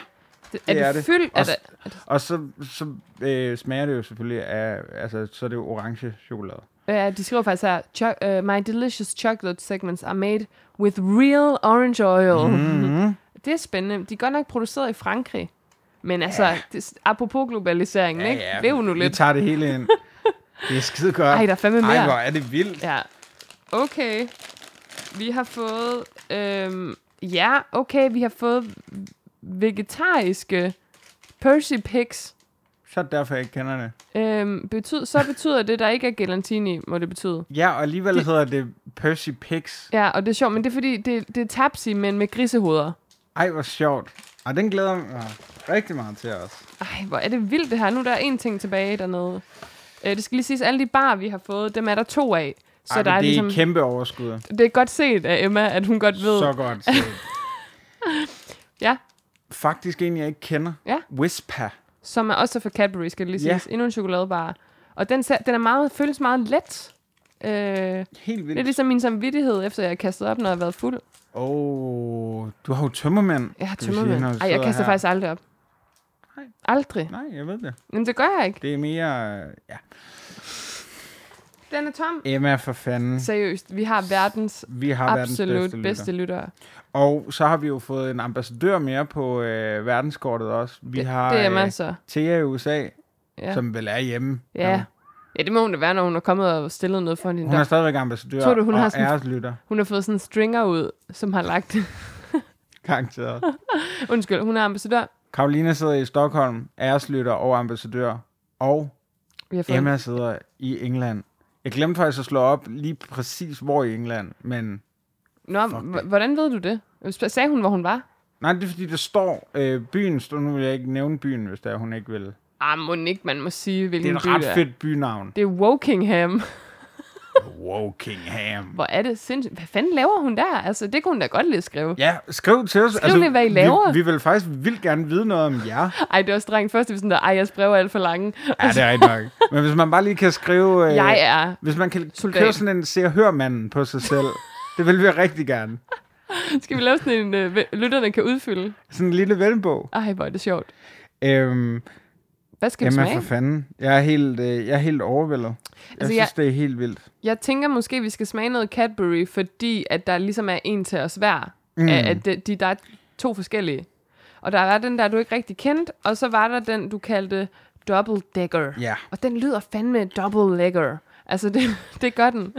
Speaker 1: Det, er
Speaker 2: det
Speaker 1: det,
Speaker 2: er det.
Speaker 1: fyldt? Er
Speaker 2: Og s-
Speaker 1: det,
Speaker 2: og så, så øh, smager det jo selvfølgelig af, altså, så er det jo orange chokolade.
Speaker 1: Ja, de skriver faktisk her, "Cho- øh, My delicious chocolate segments are made with real orange oil.
Speaker 2: Mm-hmm.
Speaker 1: Det er spændende. De er godt nok produceret i Frankrig. Men altså, det, apropos globaliseringen, ikke? det er jo nu
Speaker 2: Vi
Speaker 1: lidt.
Speaker 2: tager det hele ind. Det er skide godt.
Speaker 1: Ej, der er fandme
Speaker 2: Ej, hvor
Speaker 1: mere.
Speaker 2: er det vildt.
Speaker 1: Ja. Okay. Vi har fået... Øhm, ja, okay, vi har fået vegetariske Percy Pigs.
Speaker 2: Så er det derfor, jeg ikke kender det.
Speaker 1: Øhm, betyd, så betyder det, der ikke er gelatine i, må det betyde.
Speaker 2: Ja, og alligevel det... hedder det Percy Pigs.
Speaker 1: Ja, og det er sjovt, men det er fordi, det, det er tapsi, men med grisehoveder.
Speaker 2: Ej, hvor sjovt. Og den glæder jeg mig rigtig meget til os.
Speaker 1: Ej, hvor er det vildt det her. Nu er der en ting tilbage dernede. Øh, det skal lige siges, alle de bar, vi har fået, dem er der to af. Så
Speaker 2: Ej,
Speaker 1: der er
Speaker 2: det
Speaker 1: ligesom,
Speaker 2: er et kæmpe overskud.
Speaker 1: det er godt set af Emma, at hun godt ved.
Speaker 2: Så godt set.
Speaker 1: Ja,
Speaker 2: Faktisk en, jeg ikke kender.
Speaker 1: Ja.
Speaker 2: Whisper.
Speaker 1: som er også fra Cadbury, skal det lige
Speaker 2: Ja.
Speaker 1: siges. Endnu en chokoladebar. Og den, ser- den er meget, føles meget let. Øh, det
Speaker 2: Helt
Speaker 1: er
Speaker 2: vildt.
Speaker 1: ligesom min samvittighed, efter jeg har kastet op, når jeg har været fuld.
Speaker 2: Åh, oh, du har jo tømmermand.
Speaker 1: Jeg har
Speaker 2: skal vi
Speaker 1: tømmer
Speaker 2: sige, når du
Speaker 1: Ej, jeg
Speaker 2: sidder
Speaker 1: kaster
Speaker 2: her.
Speaker 1: faktisk aldrig op.
Speaker 2: Nej.
Speaker 1: Aldrig.
Speaker 2: Nej, jeg ved det.
Speaker 1: Jamen, det gør jeg ikke.
Speaker 2: Det er mere... øh, Ja.
Speaker 1: Den er tom.
Speaker 2: Emma, for fanden.
Speaker 1: Seriøst, vi har verdens
Speaker 2: Vi har
Speaker 1: absolut
Speaker 2: verdens bedste,
Speaker 1: bedste
Speaker 2: bedste.
Speaker 1: lyttere.
Speaker 2: Og så har vi jo fået en ambassadør mere på øh, verdenskortet også. Vi
Speaker 1: Det,
Speaker 2: har
Speaker 1: det er
Speaker 2: øh,
Speaker 1: Emma så.
Speaker 2: Thea i USA,
Speaker 1: Ja.
Speaker 2: som vel er hjemme.
Speaker 1: Ja. ja, det må hun da være, når hun er kommet og stillet noget for din
Speaker 2: Hun er
Speaker 1: dør.
Speaker 2: stadigvæk ambassadør
Speaker 1: Tror du, hun
Speaker 2: og
Speaker 1: har sådan-
Speaker 2: æreslytter.
Speaker 1: Hun har fået sådan en stringer ud, som har lagt...
Speaker 2: Garanteret.
Speaker 1: Undskyld, hun er ambassadør.
Speaker 2: Karolina sidder i Stockholm, æreslytter og ambassadør. Og
Speaker 1: Vi har fået
Speaker 2: Emma sidder i England. Jeg glemte faktisk at slå op lige præcis, hvor i England. Men
Speaker 1: Nå,
Speaker 2: Fuck
Speaker 1: h-
Speaker 2: det.
Speaker 1: hvordan ved du det? Sp- Sagde hun, hvor hun var?
Speaker 2: nej, det er fordi, der står øh, byen. Står, nu vil jeg ikke nævne byen, hvis der hun ikke vil. Det
Speaker 1: Ah, må ikke, man må sige,
Speaker 2: er
Speaker 1: hvilken
Speaker 2: et
Speaker 1: by
Speaker 2: ret fedt bynavn.
Speaker 1: Det er Wokingham.
Speaker 2: Wokingham.
Speaker 1: Hvor er det sindssygt. Hvad fanden laver hun der? Altså, det kunne hun da godt lige skrive.
Speaker 2: Ja, skriv til os. Skriv
Speaker 1: lige, hvad I laver.
Speaker 2: Vi, vi vil faktisk vildt gerne vide noget om jer.
Speaker 1: Ej, det var strengt. Først er vi sådan der, ej, jeres breve er alt for lange.
Speaker 2: Ja, det er rigtigt nok. Men hvis man bare lige kan skrive... Øh,
Speaker 1: Jeg er
Speaker 2: Hvis man kan
Speaker 1: Soldat.
Speaker 2: Soldat. køre sådan en se og hør manden på sig selv. det vil vi rigtig gerne.
Speaker 1: Skal vi lave sådan en, øh, vel- lytterne kan udfylde?
Speaker 2: Sådan en lille venbog.
Speaker 1: Ej, hvor er det sjovt.
Speaker 2: Øhm,
Speaker 1: Hvad skal vi
Speaker 2: Jamen
Speaker 1: smage?
Speaker 2: for fanden. Jeg er helt, øh, jeg er helt overvældet. Jeg
Speaker 1: Altså,
Speaker 2: synes,
Speaker 1: jeg-
Speaker 2: det er helt vildt.
Speaker 1: Jeg tænker måske, vi skal smage noget Cadbury, fordi at der ligesom er en til os hver. Mm. At de, de, der er to forskellige. Og der var den der, du ikke rigtig kendte, og så var der den, du kaldte Double Decker.
Speaker 2: Ja.
Speaker 1: Og den lyder fandme Double Legger. Altså, det, det gør den.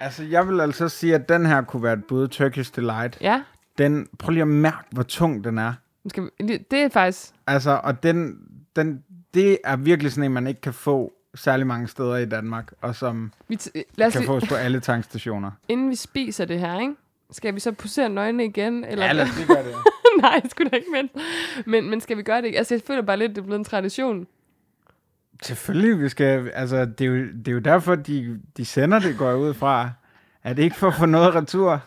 Speaker 2: Altså, jeg vil altså sige, at den her kunne være et bud. Turkish Delight.
Speaker 1: Ja.
Speaker 2: Den, prøv lige at mærke, hvor tung den er.
Speaker 1: Nu Skal vi, lige- det er faktisk...
Speaker 2: Altså, og den, den, det er virkelig sådan en, man ikke kan få særlig mange steder i Danmark, og som
Speaker 1: Vi t- lad os
Speaker 2: kan
Speaker 1: lige,
Speaker 2: fås på alle tankstationer.
Speaker 1: inden vi spiser det her, ikke? Skal vi så posere nøgne igen? Eller?
Speaker 2: lige gøre det.
Speaker 1: Nej, det skulle da ikke men. men. Men skal vi gøre det ikke? Altså, jeg føler bare lidt, det er blevet en tradition.
Speaker 2: Selvfølgelig, vi skal, altså, det, er jo, det er jo derfor, de, de sender det, går jeg ud fra. Er det ikke for at få noget retur?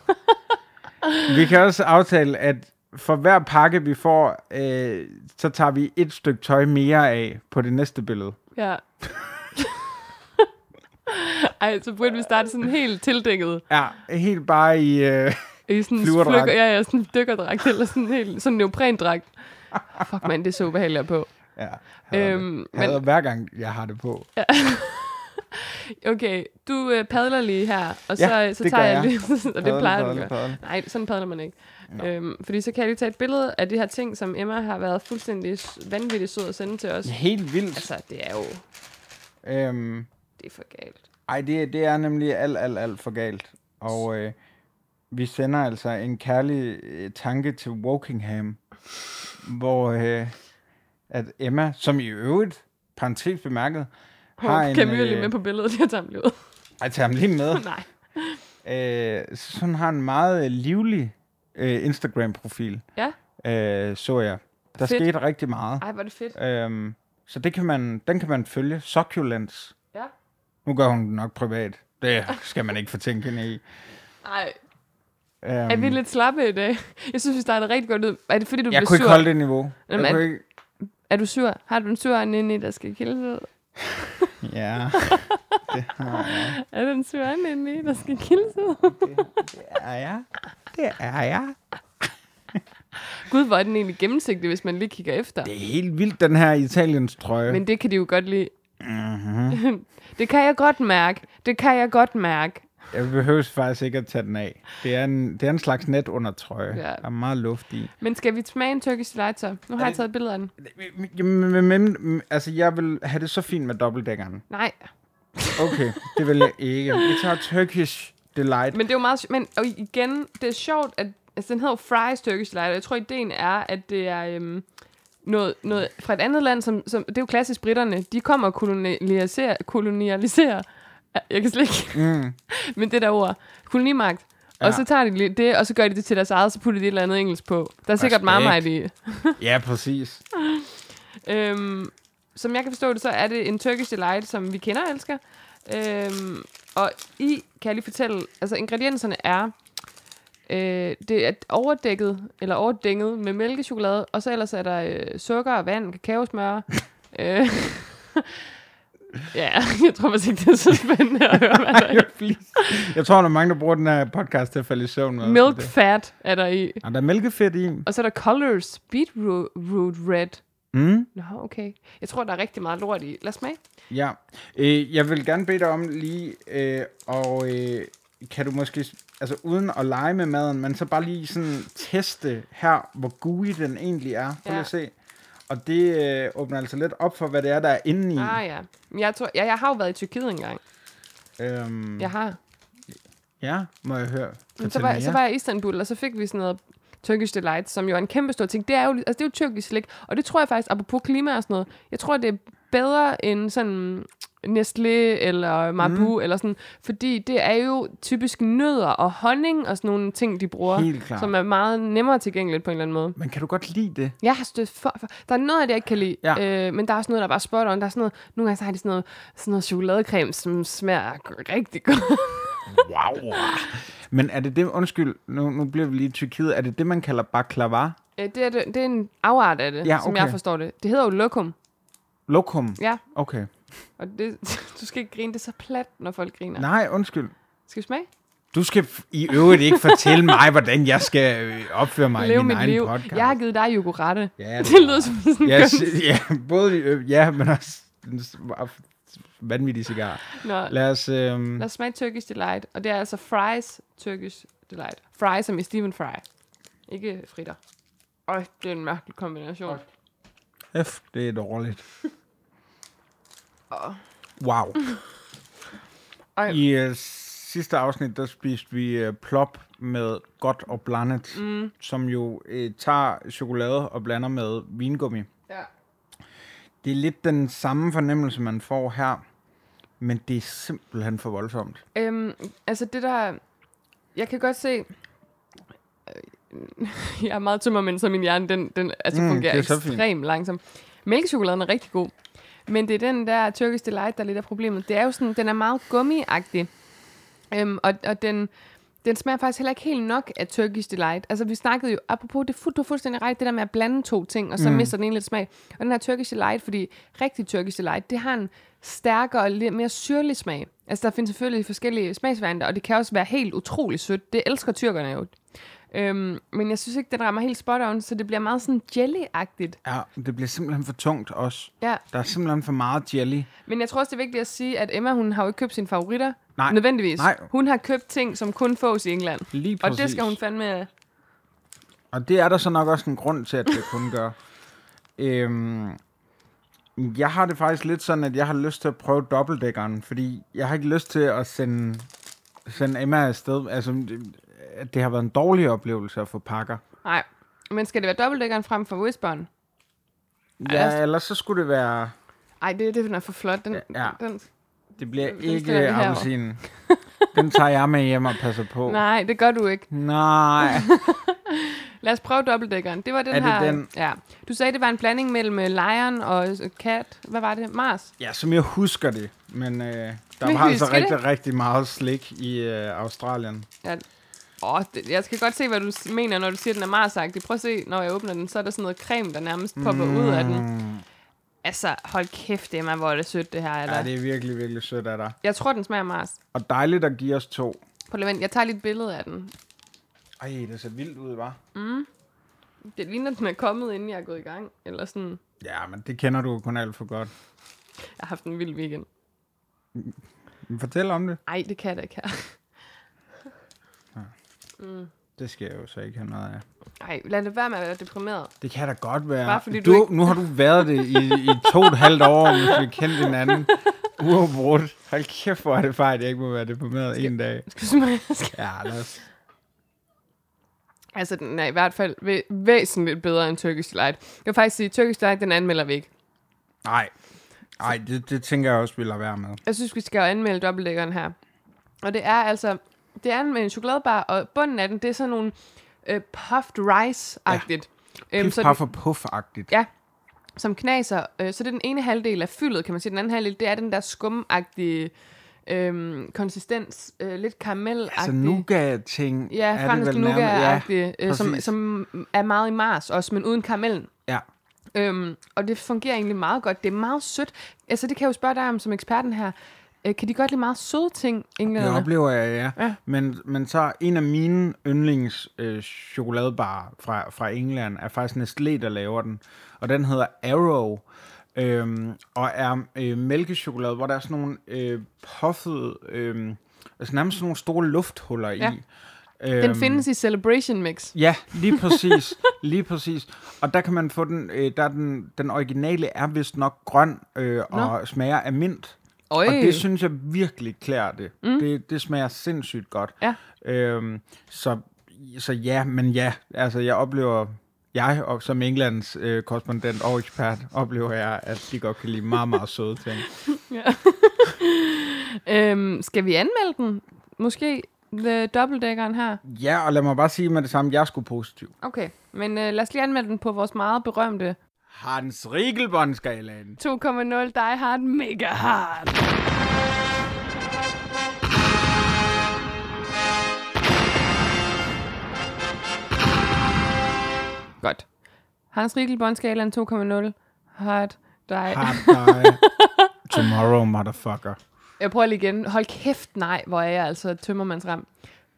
Speaker 2: Vi kan også aftale, at for hver pakke, vi får, øh, så tager vi et stykke tøj mere af på det næste billede.
Speaker 1: Ja. Ej, så burde vi starte sådan helt tildækket.
Speaker 2: Ja, helt bare i... Øh,
Speaker 1: I sådan en
Speaker 2: Flyverdragt.
Speaker 1: flyk- ja, ja, sådan en dykkerdragt, eller sådan en helt, sådan en neoprendragt. Fuck, mand, det er så ubehageligt at på.
Speaker 2: ja, hader det.
Speaker 1: Øhm,
Speaker 2: Hader
Speaker 1: men
Speaker 2: hver gang, jeg har det på.
Speaker 1: okay, du øh, padler lige her, og så, øh,
Speaker 2: Ja,
Speaker 1: så
Speaker 2: det
Speaker 1: tager
Speaker 2: gør
Speaker 1: jeg
Speaker 2: jeg.
Speaker 1: lige, og det
Speaker 2: Padle,
Speaker 1: plejer du at
Speaker 2: padle,
Speaker 1: gøre.
Speaker 2: padle.
Speaker 1: Nej, sådan padler man ikke. Øhm, fordi så kan jeg lige tage et billede af de her ting, som Emma har været fuldstændig s- vanvittigt sød at sende til os.
Speaker 2: Helt vildt.
Speaker 1: Altså, det er jo,
Speaker 2: Øhm,
Speaker 1: det er for galt.
Speaker 2: Ej, det, det er nemlig alt, alt, alt for galt. Og øh, vi sender altså en kærlig øh, tanke til Wokingham, hvor øh, at Emma, som i øvrigt, parentes bemærket, har en... øh,
Speaker 1: Kan vi lige med på billedet, jeg tager ham lige ud.
Speaker 2: Ej, tager ham lige med.
Speaker 1: Nej.
Speaker 2: øh, så hun har en meget øh, livlig øh, Instagram-profil,
Speaker 1: Ja.
Speaker 2: øh, så jeg. Der
Speaker 1: Fedt.
Speaker 2: skete rigtig meget.
Speaker 1: Ej, hvor er det fedt.
Speaker 2: Øhm, så det kan man, den kan man følge. Succulents.
Speaker 1: Ja.
Speaker 2: Nu gør hun det nok privat. Det skal man ikke fortænke hende i.
Speaker 1: Ej,
Speaker 2: Um,
Speaker 1: er vi lidt slappe i dag? Jeg synes, vi startede rigtig godt ud. Er det fordi, du
Speaker 2: jeg
Speaker 1: blev
Speaker 2: kunne ikke
Speaker 1: sur?
Speaker 2: holde det niveau.
Speaker 1: Jamen,
Speaker 2: jeg
Speaker 1: er-
Speaker 2: kunne ikke...
Speaker 1: Er du sur? Har du en sur ande inde i, der skal kildes ud?
Speaker 2: Ja,
Speaker 1: Er den sur ande inde i, der skal kildes ud?
Speaker 2: det er jeg. Det er jeg.
Speaker 1: Gud, hvor er den egentlig gennemsigtig, hvis man lige kigger efter.
Speaker 2: Det er helt vildt, den her Italiens trøje. Men...
Speaker 1: Men det kan de jo godt lide.
Speaker 2: Mhm.
Speaker 1: det kan jeg godt mærke. Det kan jeg godt mærke.
Speaker 2: Jeg behøver faktisk ikke at tage den af. Det er en, det er en slags net under trøje.
Speaker 1: Ja.
Speaker 2: Ja. Der er meget luft i.
Speaker 1: Men skal vi smage en turkish delight så? Nu har jeg taget billeder af den.
Speaker 2: Men, men, men, altså, jeg vil have det så fint med dobbeltdækkeren.
Speaker 1: Nej.
Speaker 2: Okay, det vil jeg ikke. Vi tager Turkish Delight.
Speaker 1: Men det er jo meget... sj- Men og igen, det er sjovt, at... Altså, den hedder jo Fry's Turkish Delight, og jeg tror, ideen er, at det er... Øhm, noget, noget fra et andet land, som, som, det er jo klassisk britterne, de kommer og kolonialiserer, kolonialiserer jeg kan slet ikke,
Speaker 2: Mm.
Speaker 1: men det der ord, kolonimagt, ja. og
Speaker 2: Ja.
Speaker 1: så tager de lige det, og så gør de det til deres eget, så putter de et eller andet engelsk på. Der er sikkert
Speaker 2: Respekt.
Speaker 1: meget i.
Speaker 2: Ja, præcis.
Speaker 1: Øhm, som jeg kan forstå det, så er det en Turkish Delight, som vi kender og elsker. Øhm, og i, kan jeg lige fortælle, altså ingredienserne er, øh, det er overdækket, eller overdænget med mælkechokolade, og så ellers er der øh, sukker, vand, kakaosmør. øh, ja, jeg tror faktisk ikke, det er så spændende at høre, hvad der er. i.
Speaker 2: Jeg tror, der er mange, der bruger den her podcast til at falde i søvn. med.
Speaker 1: Milk
Speaker 2: Det.
Speaker 1: fat er der i.
Speaker 2: Og der er mælkefedt i.
Speaker 1: Og så er der Colors Beetroot Red.
Speaker 2: Mm.
Speaker 1: Nå, okay. Jeg tror, der er rigtig meget lort i. Lad os smage.
Speaker 2: Ja, øh, jeg vil gerne bede dig om lige, øh, og øh, kan du måske, s- altså uden at lege med maden, men så bare lige sådan teste her, hvor gooey den egentlig er. Prøv lige
Speaker 1: Ja.
Speaker 2: at se. Og det øh, åbner altså lidt op for, hvad det er, der er inde i.
Speaker 1: Ah ja. Men Jeg, tror, jeg, jeg har jo været i Tyrkiet engang.
Speaker 2: Øhm,
Speaker 1: Jeg har.
Speaker 2: Ja, må jeg høre.
Speaker 1: Men så
Speaker 2: Fortæl
Speaker 1: var,
Speaker 2: mere.
Speaker 1: så var jeg i Istanbul, og så fik vi sådan noget Turkish Delight, som jo er en kæmpe stor ting. Det er jo, altså, det er jo tyrkisk slik, og det tror jeg faktisk, apropos klima og sådan noget, jeg tror, det er bedre end sådan Nestlé eller Marabou mm. eller sådan, fordi det er jo typisk nødder og honning og sådan nogle ting, de bruger,
Speaker 2: Helt klart.
Speaker 1: som er meget nemmere tilgængeligt på en eller anden måde.
Speaker 2: Men kan du godt lide det?
Speaker 1: Jeg har stødt for, for... Der er noget af det, jeg ikke kan lide, ja.
Speaker 2: Ja.
Speaker 1: øh, men der er også noget, der er bare spot on. Der er sådan noget, nogle gange så har de sådan noget, sådan noget chokoladecreme, som smager rigtig godt.
Speaker 2: Wow. Men er det det, undskyld, nu, nu bliver vi lige i Tyrkiet, er det det, man kalder baklava?
Speaker 1: Øh, Det er, det, det er en afart af det, ja,
Speaker 2: Ja,
Speaker 1: okay. som
Speaker 2: okay.
Speaker 1: jeg forstår det. Det hedder jo lokum.
Speaker 2: Lokum?
Speaker 1: Ja,
Speaker 2: Okay.
Speaker 1: og det, du skal ikke grine. Det er så plat, når folk griner. Nej.
Speaker 2: Nej, undskyld.
Speaker 1: Skal vi smage?
Speaker 2: Du skal f- i øvrigt ikke fortælle mig, hvordan jeg skal øh, opføre mig
Speaker 1: Leve
Speaker 2: i min
Speaker 1: mit
Speaker 2: egen
Speaker 1: liv.
Speaker 2: podcast.
Speaker 1: Jeg har givet dig yogurette.
Speaker 2: Ja,
Speaker 1: det,
Speaker 2: det
Speaker 1: det lyder som sådan
Speaker 2: Ja,
Speaker 1: yes.
Speaker 2: s- ja, både øh, ja, men også den s- af- vanvittig cigar.
Speaker 1: Nå, lad
Speaker 2: Lad os... Øhm,
Speaker 1: os smage Turkish Delight. Og det er altså fries Turkish Delight. Fries som i Stephen Fry. Ikke fritter. Øj, det er en mærkelig kombination.
Speaker 2: F, det er dårligt. Wow.
Speaker 1: Ej.
Speaker 2: I øh, sidste afsnit, der spiste vi øh, plop med godt og blandet, mm. som jo øh, tager chokolade og blander med vingummi.
Speaker 1: Ja.
Speaker 2: Det er lidt den samme fornemmelse, man får her. Men det er simpelthen for voldsomt.
Speaker 1: Øhm, altså det der... Jeg kan godt se... øh, jeg er meget tømmermænd, så min hjerne den, den altså
Speaker 2: Mm,
Speaker 1: mm,
Speaker 2: det
Speaker 1: fungerer
Speaker 2: er så fint.
Speaker 1: ekstremt langsomt. Mælkechokoladen er rigtig god. Men det er den der Turkish Delight, der er lidt af problemet. Det er jo sådan, den er meget gummiagtig. Øhm, og, og den, den smager faktisk heller ikke helt nok af Turkish Delight. Altså vi snakkede jo, apropos, det, er fu- du har fuldstændig ret, det der med at blande to ting, og så mm. mister den ene lidt smag. Og den her Turkish Delight, fordi rigtig Turkish Delight, det har en stærkere og lidt mere syrlig smag. Altså der findes selvfølgelig forskellige smagsvarianter, og det kan også være helt utrolig sødt. Det elsker tyrkerne jo. Øhm, men jeg synes ikke, den rammer helt spot on, så det bliver meget sådan jelly-agtigt.
Speaker 2: Ja, det bliver simpelthen for tungt også.
Speaker 1: Ja.
Speaker 2: Der er simpelthen for meget jelly.
Speaker 1: Men jeg tror også, det er vigtigt at sige, at Emma, hun har jo ikke købt sine favoritter.
Speaker 2: Nej.
Speaker 1: Nødvendigvis.
Speaker 2: Nej.
Speaker 1: Hun har købt ting, som kun fås i England.
Speaker 2: Lige
Speaker 1: Og det
Speaker 2: præcis.
Speaker 1: skal hun fandme...
Speaker 2: Og det er der så nok også en grund til, at det kun gør. øhm, jeg har det faktisk lidt sådan, at jeg har lyst til at prøve dobbeltdækkeren, fordi jeg har ikke lyst til at sende, sende Emma afsted. Altså, det, at det har været en dårlig oplevelse at få pakker.
Speaker 1: Nej. Men skal det være dobbeltdækkeren frem for Whisperen?
Speaker 2: Ja,
Speaker 1: altså-
Speaker 2: ellers så skulle det være...
Speaker 1: Ej, det, det den er for flot. Den,
Speaker 2: Ja.
Speaker 1: den,
Speaker 2: Det bliver
Speaker 1: den stiller vi
Speaker 2: ikke
Speaker 1: herovre.
Speaker 2: appelsinen. Den tager jeg med hjem og passer på.
Speaker 1: nej, det gør du ikke.
Speaker 2: Nej.
Speaker 1: Lad os prøve dobbeltdækkeren. Det var den
Speaker 2: Er det
Speaker 1: her...
Speaker 2: den?
Speaker 1: Ja. Du sagde, det var en blanding mellem øh, Lion og øh, Cat. Hvad var det? Mars?
Speaker 2: Ja, som jeg husker det. Men øh, der
Speaker 1: Vi
Speaker 2: var altså
Speaker 1: husker det.
Speaker 2: rigtig, rigtig meget slik i øh, Australien.
Speaker 1: Ja. Åh, det, jeg skal godt se, hvad du s- mener, når du siger, den er mars -agtig. Prøv at se, når jeg åbner den, så er der sådan noget creme, der nærmest popper mm. ud af den. Altså, hold kæft, Emma, hvor er det sødt, det her. Eller?
Speaker 2: Ja, det er virkelig, virkelig sødt af dig.
Speaker 1: Jeg tror, den smager mars.
Speaker 2: Og dejligt at give os to.
Speaker 1: På lavendel. Jeg tager lige et billede af den.
Speaker 2: Ej, det ser vildt ud, var.
Speaker 1: Det ligner, den er kommet, inden jeg er gået i gang. Eller sådan,
Speaker 2: Ja, men det kender du jo kun alt for godt.
Speaker 1: jeg har haft en vild weekend.
Speaker 2: Men fortæl om det.
Speaker 1: Ej, det kan jeg da ikke her.
Speaker 2: Det skal jeg jo så ikke have noget af.
Speaker 1: Ej, lad det være med at være deprimeret.
Speaker 2: Det kan da godt være.
Speaker 1: Bare fordi
Speaker 2: du,
Speaker 1: du ikke-
Speaker 2: Nu har du været det i, i to og et halvt år, hvis vi kendte hinanden. Uafbrudt. Hold kæft, hvor er det fejl, at jeg ikke må være deprimeret en dag.
Speaker 1: Excuse mig, jeg skal...
Speaker 2: Ja, lad os.
Speaker 1: Altså, den er i hvert fald væ- væsentligt bedre end Turkish Delight. Jeg vil faktisk sige, Turkish Delight, den anmelder vi ikke.
Speaker 2: Nej. Nej, det, det tænker jeg også, vi lader være med.
Speaker 1: Jeg synes, vi skal anmelde dobbeltdækkeren her. Og det er altså, det er med en chokoladebar, og bunden af den, det er sådan nogle øh, puffed rice-agtigt. Ja.
Speaker 2: Piff,
Speaker 1: så
Speaker 2: puff
Speaker 1: den,
Speaker 2: og puff-agtigt.
Speaker 1: ja, som knaser. Øh, så det er den ene halvdel af fyldet, kan man sige. Den anden halvdel, det er den der skumagtige øhm, konsistens, øh, lidt karamel
Speaker 2: Altså nougat-ting
Speaker 1: Ja,
Speaker 2: er det
Speaker 1: fransk
Speaker 2: vel nærmest.
Speaker 1: nougat-agtig, øh, som,
Speaker 2: præcis.
Speaker 1: som er meget i Mars også, men uden karamellen.
Speaker 2: Ja.
Speaker 1: Øhm, og det fungerer egentlig meget godt. Det er meget sødt. Altså, det kan jeg jo spørge dig om som eksperten her. Øh, kan de godt lide meget søde ting,
Speaker 2: Det
Speaker 1: englænderne?
Speaker 2: oplever jeg, ja. ja.
Speaker 1: Ja.
Speaker 2: Men, men så en af mine yndlings øh, chokoladebarer fra, fra England er faktisk Nestlé, der laver den. Og den hedder Arrow. Øhm, og er øh, mælkechokolade, hvor der er sådan nogle øh, puffede, øh, altså nærmest sådan nogle store lufthuller
Speaker 1: Ja.
Speaker 2: i. Øhm,
Speaker 1: Den findes i Celebration Mix.
Speaker 2: Ja, lige præcis. lige præcis. Og der kan man få den, øh, der er den, den originale er vist nok grøn øh, og smager af mint.
Speaker 1: Øj.
Speaker 2: Og det synes jeg virkelig klæder det. Mm. det. Det smager sindssygt godt.
Speaker 1: Ja.
Speaker 2: Øhm, så, så ja, men ja, altså jeg oplever, jeg og som Englands øh, korrespondent og ekspert, oplever jeg, at de godt kan lide meget, meget søde ting.
Speaker 1: Øhm, skal vi anmelde den? Måske The dobbeltdækkeren her.
Speaker 2: Ja, og lad mig bare sige med det samme, jeg er sgu positiv.
Speaker 1: Okay, men øh, lad os lige anmelde den på vores meget berømte
Speaker 2: Hans Riegelbåndskalaen.
Speaker 1: 2.0 Die Hard Mega Hard. Godt. Hans Riegel, Bondskalaen 2.0. Hard dig.
Speaker 2: Hard die. Tomorrow, motherfucker.
Speaker 1: Jeg prøver lige igen. Hold kæft, nej, hvor er jeg altså tømmermandsram.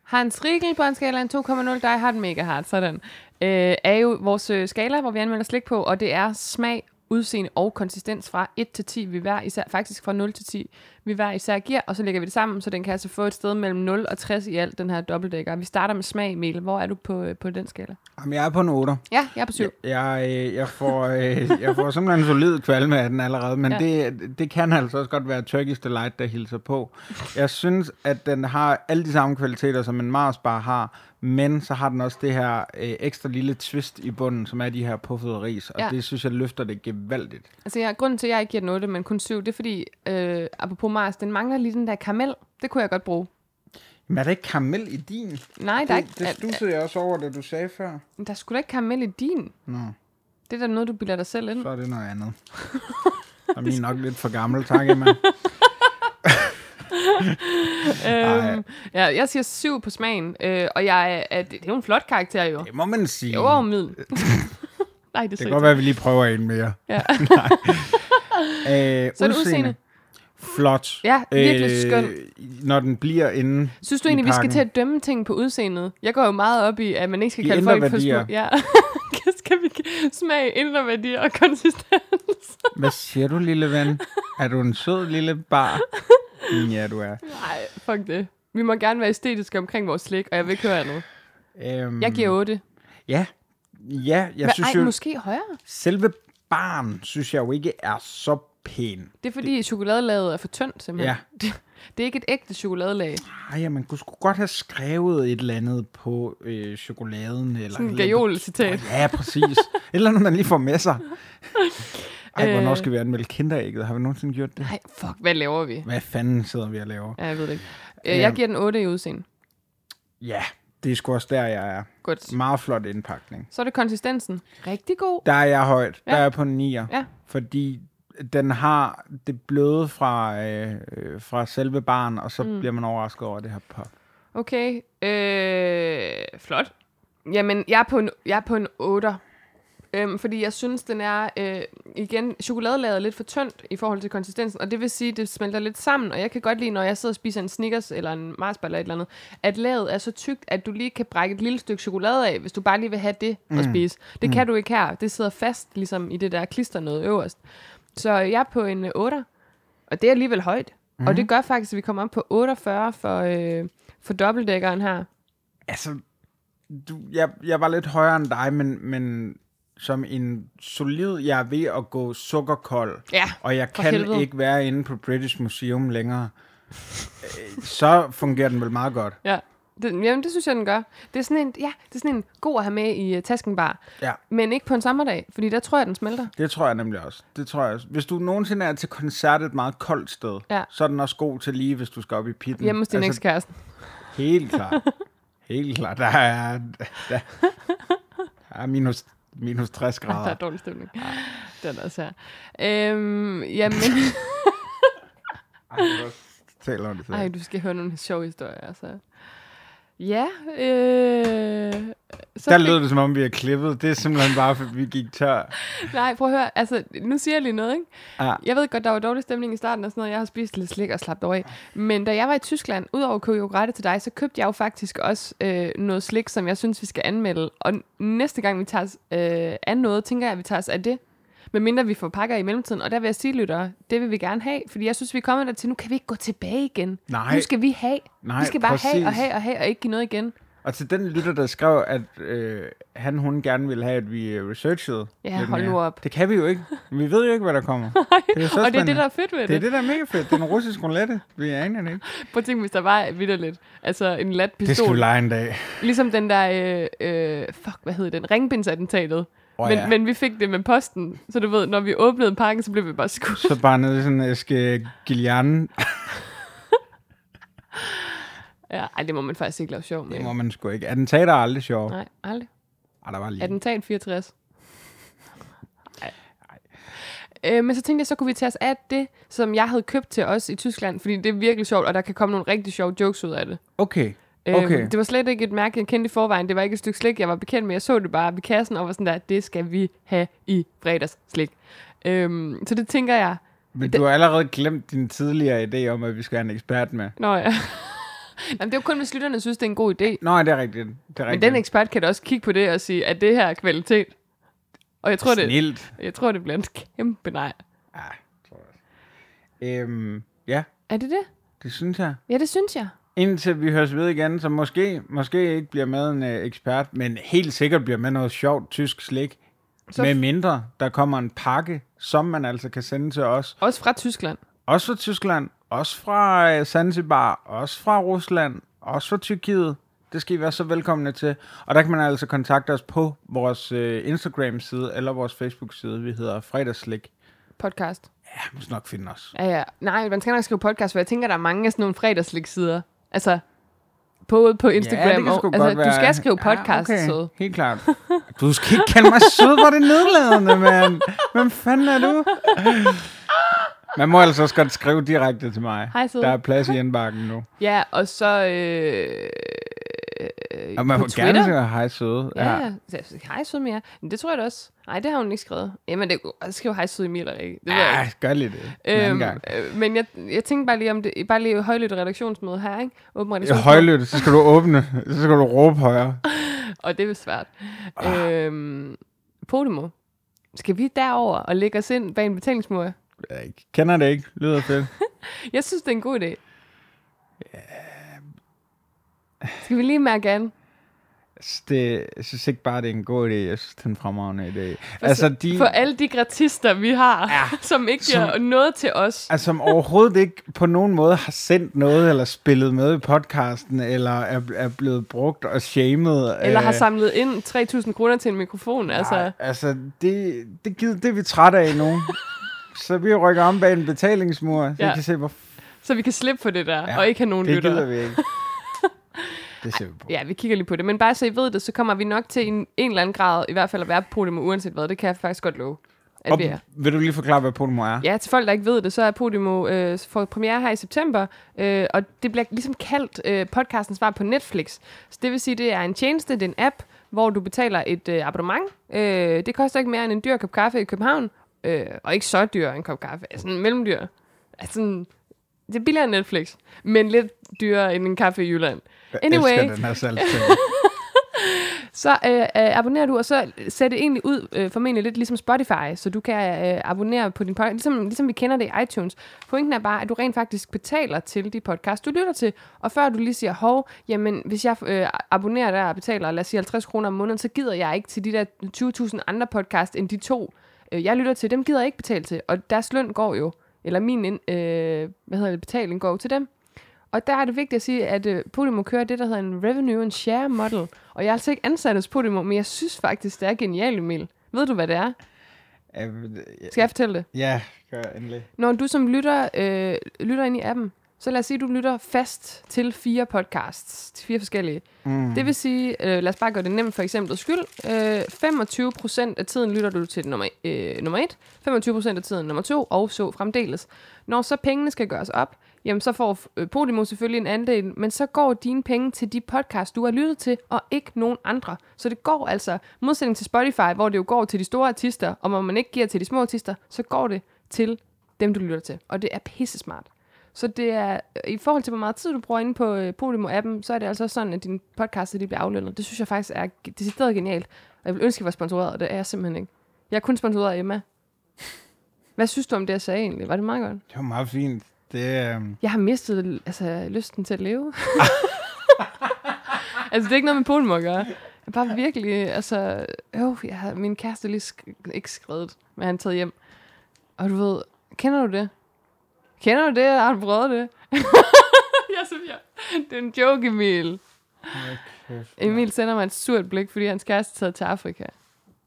Speaker 1: Hans Riegel, Bondskalaen 2.0. Die Hard Mega Hard. Sådan. Øh, er jo vores øh, skala, hvor vi anmelder slik på, og det er smag, udseende og konsistens fra 1 til 10. Vi hver især, faktisk fra 0 til 10. Vi hver især giver, og så lægger vi det sammen, så den kan altså få et sted mellem 0 og 60 i alt, den her dobbeltdækker. Vi starter med smag, Emil. Hvor er du på, øh, på den skala?
Speaker 2: Jamen, jeg er på en 8.
Speaker 1: Ja, jeg er på 7.
Speaker 2: Jeg, øh, jeg, får, øh, jeg får simpelthen en solid kvalme af den allerede, men ja.
Speaker 1: Ja.
Speaker 2: det, det kan altså også godt være Turkish Delight, der hilser på. Jeg synes, at den har alle de samme kvaliteter, som en Mars bar har, men så har den også det her øh, ekstra lille twist i bunden, som er de her puffede ris, og ja.
Speaker 1: Ja.
Speaker 2: det synes jeg løfter det gevaldigt.
Speaker 1: Altså, jeg, grunden til, at jeg ikke giver den 8, men kun 7, det er fordi, øh, apropos Mars, den mangler lige den der karamel. Det kunne jeg godt bruge.
Speaker 2: Men er der ikke karamel i din?
Speaker 1: Nej, der er ikke...
Speaker 2: Det,
Speaker 1: Mm.
Speaker 2: det
Speaker 1: al-
Speaker 2: stussede jeg også over, det du sagde før.
Speaker 1: al- Der skulle da ikke karamel i din.
Speaker 2: Nå,
Speaker 1: Det er da noget, du bilder dig selv ind.
Speaker 2: så er det noget andet. Så er min nok lidt for gammel, tak Emma.
Speaker 1: Øhm, ja, jeg siger syv på smagen, øh, og jeg er, er, det, det er jo en flot karakter jo.
Speaker 2: Det må man sige.
Speaker 1: Det er over middel. Nej, det er
Speaker 2: Det
Speaker 1: så
Speaker 2: kan godt være, at vi lige prøver en mere.
Speaker 1: Ja.
Speaker 2: Nej. Øh,
Speaker 1: Så er det udseende.
Speaker 2: Flot.
Speaker 1: Ja, virkelig
Speaker 2: skønt. Når den bliver inde.
Speaker 1: Synes du
Speaker 2: i
Speaker 1: egentlig, vi skal
Speaker 2: pakken.
Speaker 1: til at dømme ting på udseendet? Jeg går jo meget op i, at man ikke skal
Speaker 2: De
Speaker 1: kalde
Speaker 2: indre
Speaker 1: folk for små.
Speaker 2: værdier.
Speaker 1: Ja. skal vi smage indre værdier og konsistens?
Speaker 2: Hvad siger du, lille ven? Er du en sød lille bar? Ja, du er.
Speaker 1: Nej, fuck det. Vi må gerne være æstetiske omkring vores slik, og jeg vil ikke høre andet.
Speaker 2: Øhm,
Speaker 1: Jeg giver 8.
Speaker 2: Ja, ja jeg
Speaker 1: Men,
Speaker 2: synes
Speaker 1: ej,
Speaker 2: jo,
Speaker 1: måske højere.
Speaker 2: selve barn, synes jeg jo ikke er så pæn.
Speaker 1: Det er fordi, det... chokoladelaget er for tyndt, simpelthen.
Speaker 2: Ja.
Speaker 1: Det, det er ikke et ægte chokoladelag.
Speaker 2: Ej, man kunne sgu godt have skrevet et eller andet på øh, chokoladen. Eller
Speaker 1: Sådan en
Speaker 2: eller-
Speaker 1: gajol-citat.
Speaker 2: Ja, præcis. Et eller andet, man lige får med sig. Ej,
Speaker 1: Øh.
Speaker 2: hvornår skal vi anmelde kinderægget? Har vi nogensinde gjort det?
Speaker 1: Nej, fuck, hvad laver vi?
Speaker 2: Hvad fanden sidder vi og laver?
Speaker 1: Ja, jeg ved det ikke. Øh, Jeg
Speaker 2: Øhm.
Speaker 1: giver den 8 i udseende.
Speaker 2: Ja, det er sgu også der, jeg er.
Speaker 1: Godt.
Speaker 2: Meget flot indpakning.
Speaker 1: Så er det konsistensen. Rigtig god.
Speaker 2: Der er jeg højt. Der
Speaker 1: Ja.
Speaker 2: er jeg på en nier.
Speaker 1: Ja.
Speaker 2: Fordi den har det bløde fra, øh, øh, fra selve barn, og så mm. bliver man overrasket over at det her pop.
Speaker 1: Okay. Øh, flot. Jamen, jeg er på en, jeg er på en 8. Øhm, fordi jeg synes, den er, øh, igen, chokoladelaget er lidt for tyndt i forhold til konsistensen, og det vil sige, det smelter lidt sammen, og jeg kan godt lide, når jeg sidder og spiser en Snickers eller en Mars bar eller et eller andet, at laget er så tykt, at du lige kan brække et lille stykke chokolade af, hvis du bare lige vil have det at spise. Det kan du ikke her. Det sidder fast ligesom i det der klister noget øverst. Så jeg er på en 8, og det er alligevel højt. Mm.
Speaker 2: Mhm.
Speaker 1: Og det gør faktisk, at vi kommer op på 48 for, øh, for dobbeltdækkeren her.
Speaker 2: Altså, du, jeg, jeg var lidt højere end dig, men, men som en solid, jeg er ved at gå sukkerkold,
Speaker 1: Ja,
Speaker 2: og jeg
Speaker 1: for
Speaker 2: kan
Speaker 1: helvede.
Speaker 2: ikke være inde på British Museum længere, øh, så fungerer den vel meget godt.
Speaker 1: Ja. Det, jamen, det synes jeg, den gør. Det er sådan en, ja, det er sådan en god at have med i uh, tasken bare.
Speaker 2: Ja.
Speaker 1: Men ikke på en sommerdag, fordi der tror jeg, den smelter.
Speaker 2: Det tror jeg nemlig også. Det tror jeg også. Hvis du nogensinde er til koncert et meget koldt sted,
Speaker 1: Ja.
Speaker 2: så er den også god til lige, hvis du skal op i pitten.
Speaker 1: Hjemme hos din altså, ekskæreste.
Speaker 2: Helt klart. Helt klart. Der er, der, der er minus, minus 60
Speaker 1: Der er
Speaker 2: grader.
Speaker 1: dårlig stemning.
Speaker 2: Ah.
Speaker 1: Den er også her. Øhm, jamen,
Speaker 2: Taler om det selv.
Speaker 1: ej, du skal høre nogle sjove historier. Altså. Ja, øh, så
Speaker 2: Der
Speaker 1: fik-
Speaker 2: lød det, som om vi har klippet. Det er simpelthen bare, fordi vi gik tør.
Speaker 1: Nej, prøv at høre. Altså, nu siger jeg lige noget, ikke?
Speaker 2: Ja.
Speaker 1: Jeg ved godt, der var dårlig stemning i starten og sådan noget. Jeg har spist lidt slik og slappet over af. Men da jeg var i Tyskland, udover at købe yoghurt til dig, så købte jeg jo faktisk også øh, noget slik, som jeg synes, vi skal anmelde. Og n- næste gang, vi tager os øh, af noget, tænker jeg, at vi tager os af det. Medmindre vi får pakker i mellemtiden. Og der vil jeg sige, lyttere, det vil vi gerne have. Fordi jeg synes, vi er kommet dertil, nu kan vi ikke gå tilbage igen.
Speaker 2: Nej.
Speaker 1: Nu skal vi have.
Speaker 2: Nej,
Speaker 1: vi skal bare have og
Speaker 2: præcis.
Speaker 1: have og have og ikke give noget igen.
Speaker 2: Og til den lytter, der skrev, at øh, han hun gerne ville have, at vi øh, researchede.
Speaker 1: Ja,
Speaker 2: lidt
Speaker 1: hold nu
Speaker 2: mere.
Speaker 1: op.
Speaker 2: Det kan vi jo ikke. Vi ved jo ikke, hvad der kommer. Det er så
Speaker 1: og det er
Speaker 2: spændende.
Speaker 1: det, der er fedt ved det.
Speaker 2: Det er det, der er mega fedt. Det er en russisk roulette. Vi aner det ikke.
Speaker 1: Prøv at tænke, hvis der var vidderligt. Altså en lat pistol.
Speaker 2: Det skal vi lege en dag.
Speaker 1: Ligesom den der, øh, øh, fuck, hvad hed den? Ringbindsattentatet.
Speaker 2: Åh,
Speaker 1: Oh, men,
Speaker 2: ja.
Speaker 1: ja. men vi fik det med posten, så du ved, når vi åbnede pakken, så blev vi bare skudt.
Speaker 2: Så bare ned i sådan en æske Gillian.
Speaker 1: Ja, ej, det må man faktisk ikke lave sjov med.
Speaker 2: Det må man sgu ikke. Attentater er aldrig sjov.
Speaker 1: Nej, aldrig.
Speaker 2: Ej, der var lige.
Speaker 1: Attentat 64. Ej. Øh, men så tænkte jeg, så kunne vi tage os af det, som jeg havde købt til os i Tyskland, fordi det er virkelig sjovt, og der kan komme nogle rigtig sjove jokes ud af det.
Speaker 2: Okay.
Speaker 1: Øhm,
Speaker 2: Okay.
Speaker 1: Det var slet ikke et mærke, jeg kendte i forvejen. Det var ikke et stykke slik, jeg var bekendt med. Jeg så det bare ved kassen og var sådan der, det skal vi have i fredags slik. Øhm, så det tænker jeg,
Speaker 2: Men du har allerede glemt din tidligere idé om, at vi skal have en ekspert med.
Speaker 1: Nå ja. Jamen, det er jo kun, hvis lytterne synes, det er en god idé.
Speaker 2: Nå, det er rigtigt. Det er
Speaker 1: Men
Speaker 2: rigtigt.
Speaker 1: den ekspert kan da også kigge på det og sige, at det her er kvalitet. Og jeg tror, det,
Speaker 2: Snilt.
Speaker 1: jeg tror, det bliver en kæmpe nej.
Speaker 2: Ja, tror jeg. også. Øhm, ja,
Speaker 1: Er det det?
Speaker 2: det synes jeg.
Speaker 1: Ja, det synes jeg.
Speaker 2: Indtil vi høres ved igen, så måske, måske ikke bliver med en øh, ekspert, men helt sikkert bliver med noget sjovt tysk slik.
Speaker 1: Så-
Speaker 2: Så... Med mindre, der kommer en pakke, som man altså kan sende til os.
Speaker 1: Også fra Tyskland.
Speaker 2: Også fra Tyskland, også fra øh, Zanzibar, også fra Rusland, også fra Tyrkiet. Det skal I være så velkomne til. Og der kan man altså kontakte os på vores øh, Instagram-side eller vores Facebook-side. Vi hedder Fredagsslik.
Speaker 1: Podcast.
Speaker 2: Jeg må nok finde os.
Speaker 1: Ja, ja. Nej, man skal nok skrive podcast, for jeg tænker, der er mange af sådan nogle fredagsliksider. Altså, både på Instagram.
Speaker 2: ja, det kan
Speaker 1: og,
Speaker 2: sgu
Speaker 1: altså,
Speaker 2: godt være.
Speaker 1: Du skal skrive podcast,
Speaker 2: ja, okay.
Speaker 1: så.
Speaker 2: Helt klart. Du skal ikke kalde mig sød, hvor er det nedladende, mand. Hvem fanden er du? Man må altså også godt skrive direkte til mig.
Speaker 1: Hej, søde.
Speaker 2: Der er plads i indbakken nu.
Speaker 1: Ja, og så... Øh, øh,
Speaker 2: Og man
Speaker 1: på
Speaker 2: må
Speaker 1: Twitter.
Speaker 2: gerne skrive hej søde.
Speaker 1: Ja, ja. Så jeg siger, hej søde Mia. Men det tror jeg da også. Nej, det har hun ikke skrevet. Jamen, det jeg skriver hej søde Emil, eller ikke? Det ved jeg
Speaker 2: Ja, Ah, gør lige det.
Speaker 1: ikke.
Speaker 2: Øhm, gang.
Speaker 1: øh, men jeg, jeg tænkte bare lige om det, bare lige højlydt redaktionsmøde her, ikke? Åben redaktionsmøde.
Speaker 2: Højlydt, så skal du åbne. Så skal du råbe højere.
Speaker 1: Og det er vist svært.
Speaker 2: Ah.
Speaker 1: Øhm, Podimo. Skal vi derover og lægge os ind bag en betalingsmur?
Speaker 2: Jeg ikke- kender det ikke. Lyder fedt.
Speaker 1: Jeg synes, det er en god idé. Skal vi lige mærke an?
Speaker 2: Jeg synes, det, jeg synes ikke bare, det er en god idé. Jeg synes, det er en fremragende idé. Altså, de,
Speaker 1: For alle de gratister, vi har, ja, som ikke giver noget til os.
Speaker 2: altså, som overhovedet ikke på nogen måde har sendt noget, eller spillet med i podcasten, eller er, er blevet brugt og shamed.
Speaker 1: Eller har
Speaker 2: øh,
Speaker 1: samlet ind 3.000 kroner til en mikrofon. Altså,
Speaker 2: Nej, altså, det, det, gider, det er vi trætte af nu. så vi rykker om bag en betalingsmur, så ja.
Speaker 1: Ja.
Speaker 2: I kan se, hvor f-
Speaker 1: så vi kan slippe for det der,
Speaker 2: Ja,
Speaker 1: ja, og ikke have nogen
Speaker 2: det gider
Speaker 1: lyttere.
Speaker 2: vi ikke. Det ser vi på.
Speaker 1: Ja, vi kigger lige på det. Men bare så I ved det, så kommer vi nok til en, en eller anden grad, i hvert fald at være på podium, uanset hvad. Det kan jeg faktisk godt love. At
Speaker 2: Og
Speaker 1: vi er.
Speaker 2: vil du lige forklare, hvad Podimo er?
Speaker 1: Ja, til folk, der ikke ved det, så er Podimo øh, får premiere her i september, øh, og det bliver ligesom kaldt øh, podcasten Svar på Netflix. Så det vil sige, det er en tjeneste, det er en app, hvor du betaler et øh, abonnement. Øh, det koster ikke mere end en dyr kop kaffe i København, øh, og ikke så dyr en kop kaffe, altså en mellemdyr. Altså, en- det er billigere end Netflix, men lidt dyrere end en kaffe i Jylland.
Speaker 2: Jeg
Speaker 1: Anyway,
Speaker 2: elsker den her salgsting.
Speaker 1: så øh, øh, abonnerer du, og så ser det egentlig ud øh, formentlig lidt ligesom Spotify, så du kan øh, abonnere på din podcast, ligesom, ligesom vi kender det i iTunes. Pointen er bare, at du rent faktisk betaler til de podcast, du lytter til, og før du lige siger, hov, jamen hvis jeg øh, abonnerer der og betaler, lad os sige 50 kroner om måneden, så gider jeg ikke til de der 20.000 andre podcast end de to, øh, jeg lytter til, dem gider jeg ikke betale til, og deres løn går jo, eller min ind- øh, hvad hedder det, betaling går jo til dem. Og der er det vigtigt at sige, at øh, Podimo kører det, der hedder en revenue and share model. Og jeg er altså ikke ansat hos Podimo, men jeg synes faktisk, det er genialt, Emil. Ved du, hvad det er?
Speaker 2: Ja, men det- ja.
Speaker 1: Skal jeg fortælle det?
Speaker 2: Ja, gør endelig.
Speaker 1: Når du som lytter, øh, lytter ind i appen, så lad os sige, at du lytter fast til fire podcasts, til fire forskellige. Mm. Det vil sige, øh, lad os bare gøre det nemt for eksempel skyld, øh, 25 procent af tiden lytter du til nummer, øh, nummer et, 25 procent af tiden nummer to, og så fremdeles. Når så pengene skal gøres op, jamen så får øh, Podimo selvfølgelig en andel, men så går dine penge til de podcast, du har lyttet til, og ikke nogen andre. Så det går altså, modsætning til Spotify, hvor det jo går til de store artister, og hvor man ikke giver til de små artister, så går det til dem, du lytter til. Og det er pisse smart. Så det er, i forhold til, hvor meget tid du bruger inde på øh, Podimo-appen, så er det altså sådan, at dine podcaster de bliver aflønnet. Det synes jeg faktisk er ge- decideret genialt. Og jeg vil ønske, at jeg var sponsoreret, og det er jeg simpelthen ikke. Jeg er kun sponsoreret af Emma. Hvad synes du om det, jeg sagde egentlig? Var det meget godt?
Speaker 2: Det var meget fint. Det, øh,
Speaker 1: Jeg har mistet altså, lysten til at leve. altså, det er ikke noget med Podimo at gøre. Jeg er bare virkelig, altså, øh, jeg har, min kæreste er lige sk- ikke skrevet, men han er taget hjem. Og du ved, kender du det? Kender du det? Har du prøvet det? jeg synes, jeg, det er en joke, Emil. Emil sender mig et surt blik, fordi hans kæreste er taget til Afrika.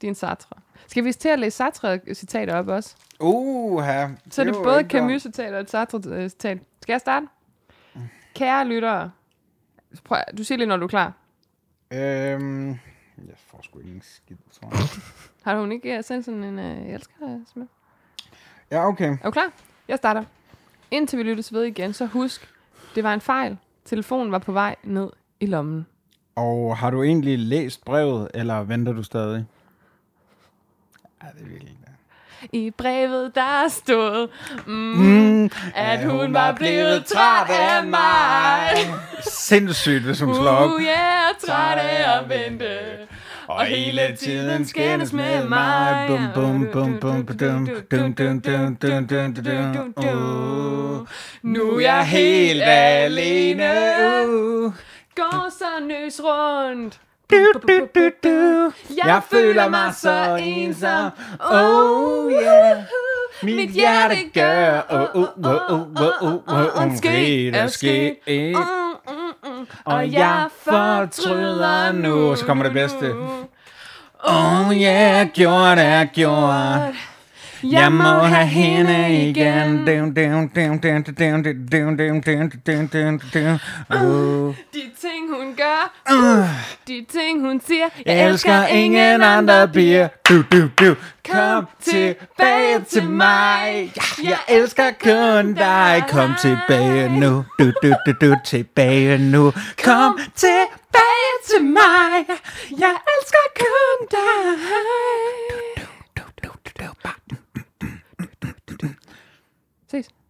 Speaker 1: Det er en Sartre. Skal vi til at læse Sartre-citater op også?
Speaker 2: Uha.
Speaker 1: Så det er
Speaker 2: var
Speaker 1: både
Speaker 2: ikke dumt.
Speaker 1: Camus-citat og et Sartre-citat. Skal jeg starte? Kære lyttere, prøv, du siger lige, når du er klar.
Speaker 2: Øhm, jeg får sgu ikke en skid, tror jeg.
Speaker 1: Har hun ikke øh, sendt sådan en øh, jeg elsker dig, smed?
Speaker 2: Ja, okay.
Speaker 1: Er du klar? Jeg starter. Indtil vi lyttes ved igen, så husk, det var en fejl. Telefonen var på vej ned i lommen.
Speaker 2: Og har du egentlig læst brevet, eller venter du stadig? Ja, det er virkelig det.
Speaker 1: I brevet, der stod, mm,
Speaker 2: Mm,
Speaker 1: at hun var blevet træt af mig.
Speaker 2: Sindssygt, hvis hun slår op.
Speaker 1: Uh, yeah, træt af at vente.
Speaker 2: Og hele tiden skændes med mig. Bum, bum, bum, bum, bum, dum, dum, dum, dum, dum, dum, dum, dum. Uh, Nu er jeg helt alene. Uh.
Speaker 1: Går så nøs rundt.
Speaker 2: Du, du, du, du. Jeg føler mig så ensom. Oh yeah. Mit hjerte gør. Oh, oh, oh, oh, oh, oh, oh, oh. Sket er sket. mm, Og jeg fortryder nu. Så kommer det bedste. Oh yeah, gjort er gjort.
Speaker 1: Jeg må have hende igen.
Speaker 2: Dun, dun, dun, dun, dun, dun, dun, dun, dun, dun, dun, dun. Uh,
Speaker 1: De ting, hun gør,
Speaker 2: uh.
Speaker 1: de ting, hun siger.
Speaker 2: Jeg elsker ingen andre bier. Du, du, du. Kom tilbage til mig. Ja, Jeg elsker kun dig. Kom tilbage nu. Du, du, du, du. Tilbage nu. Kom tilbage til mig. Jeg elsker kun dig. Du, du, du, du, du. Bare.
Speaker 1: Ses.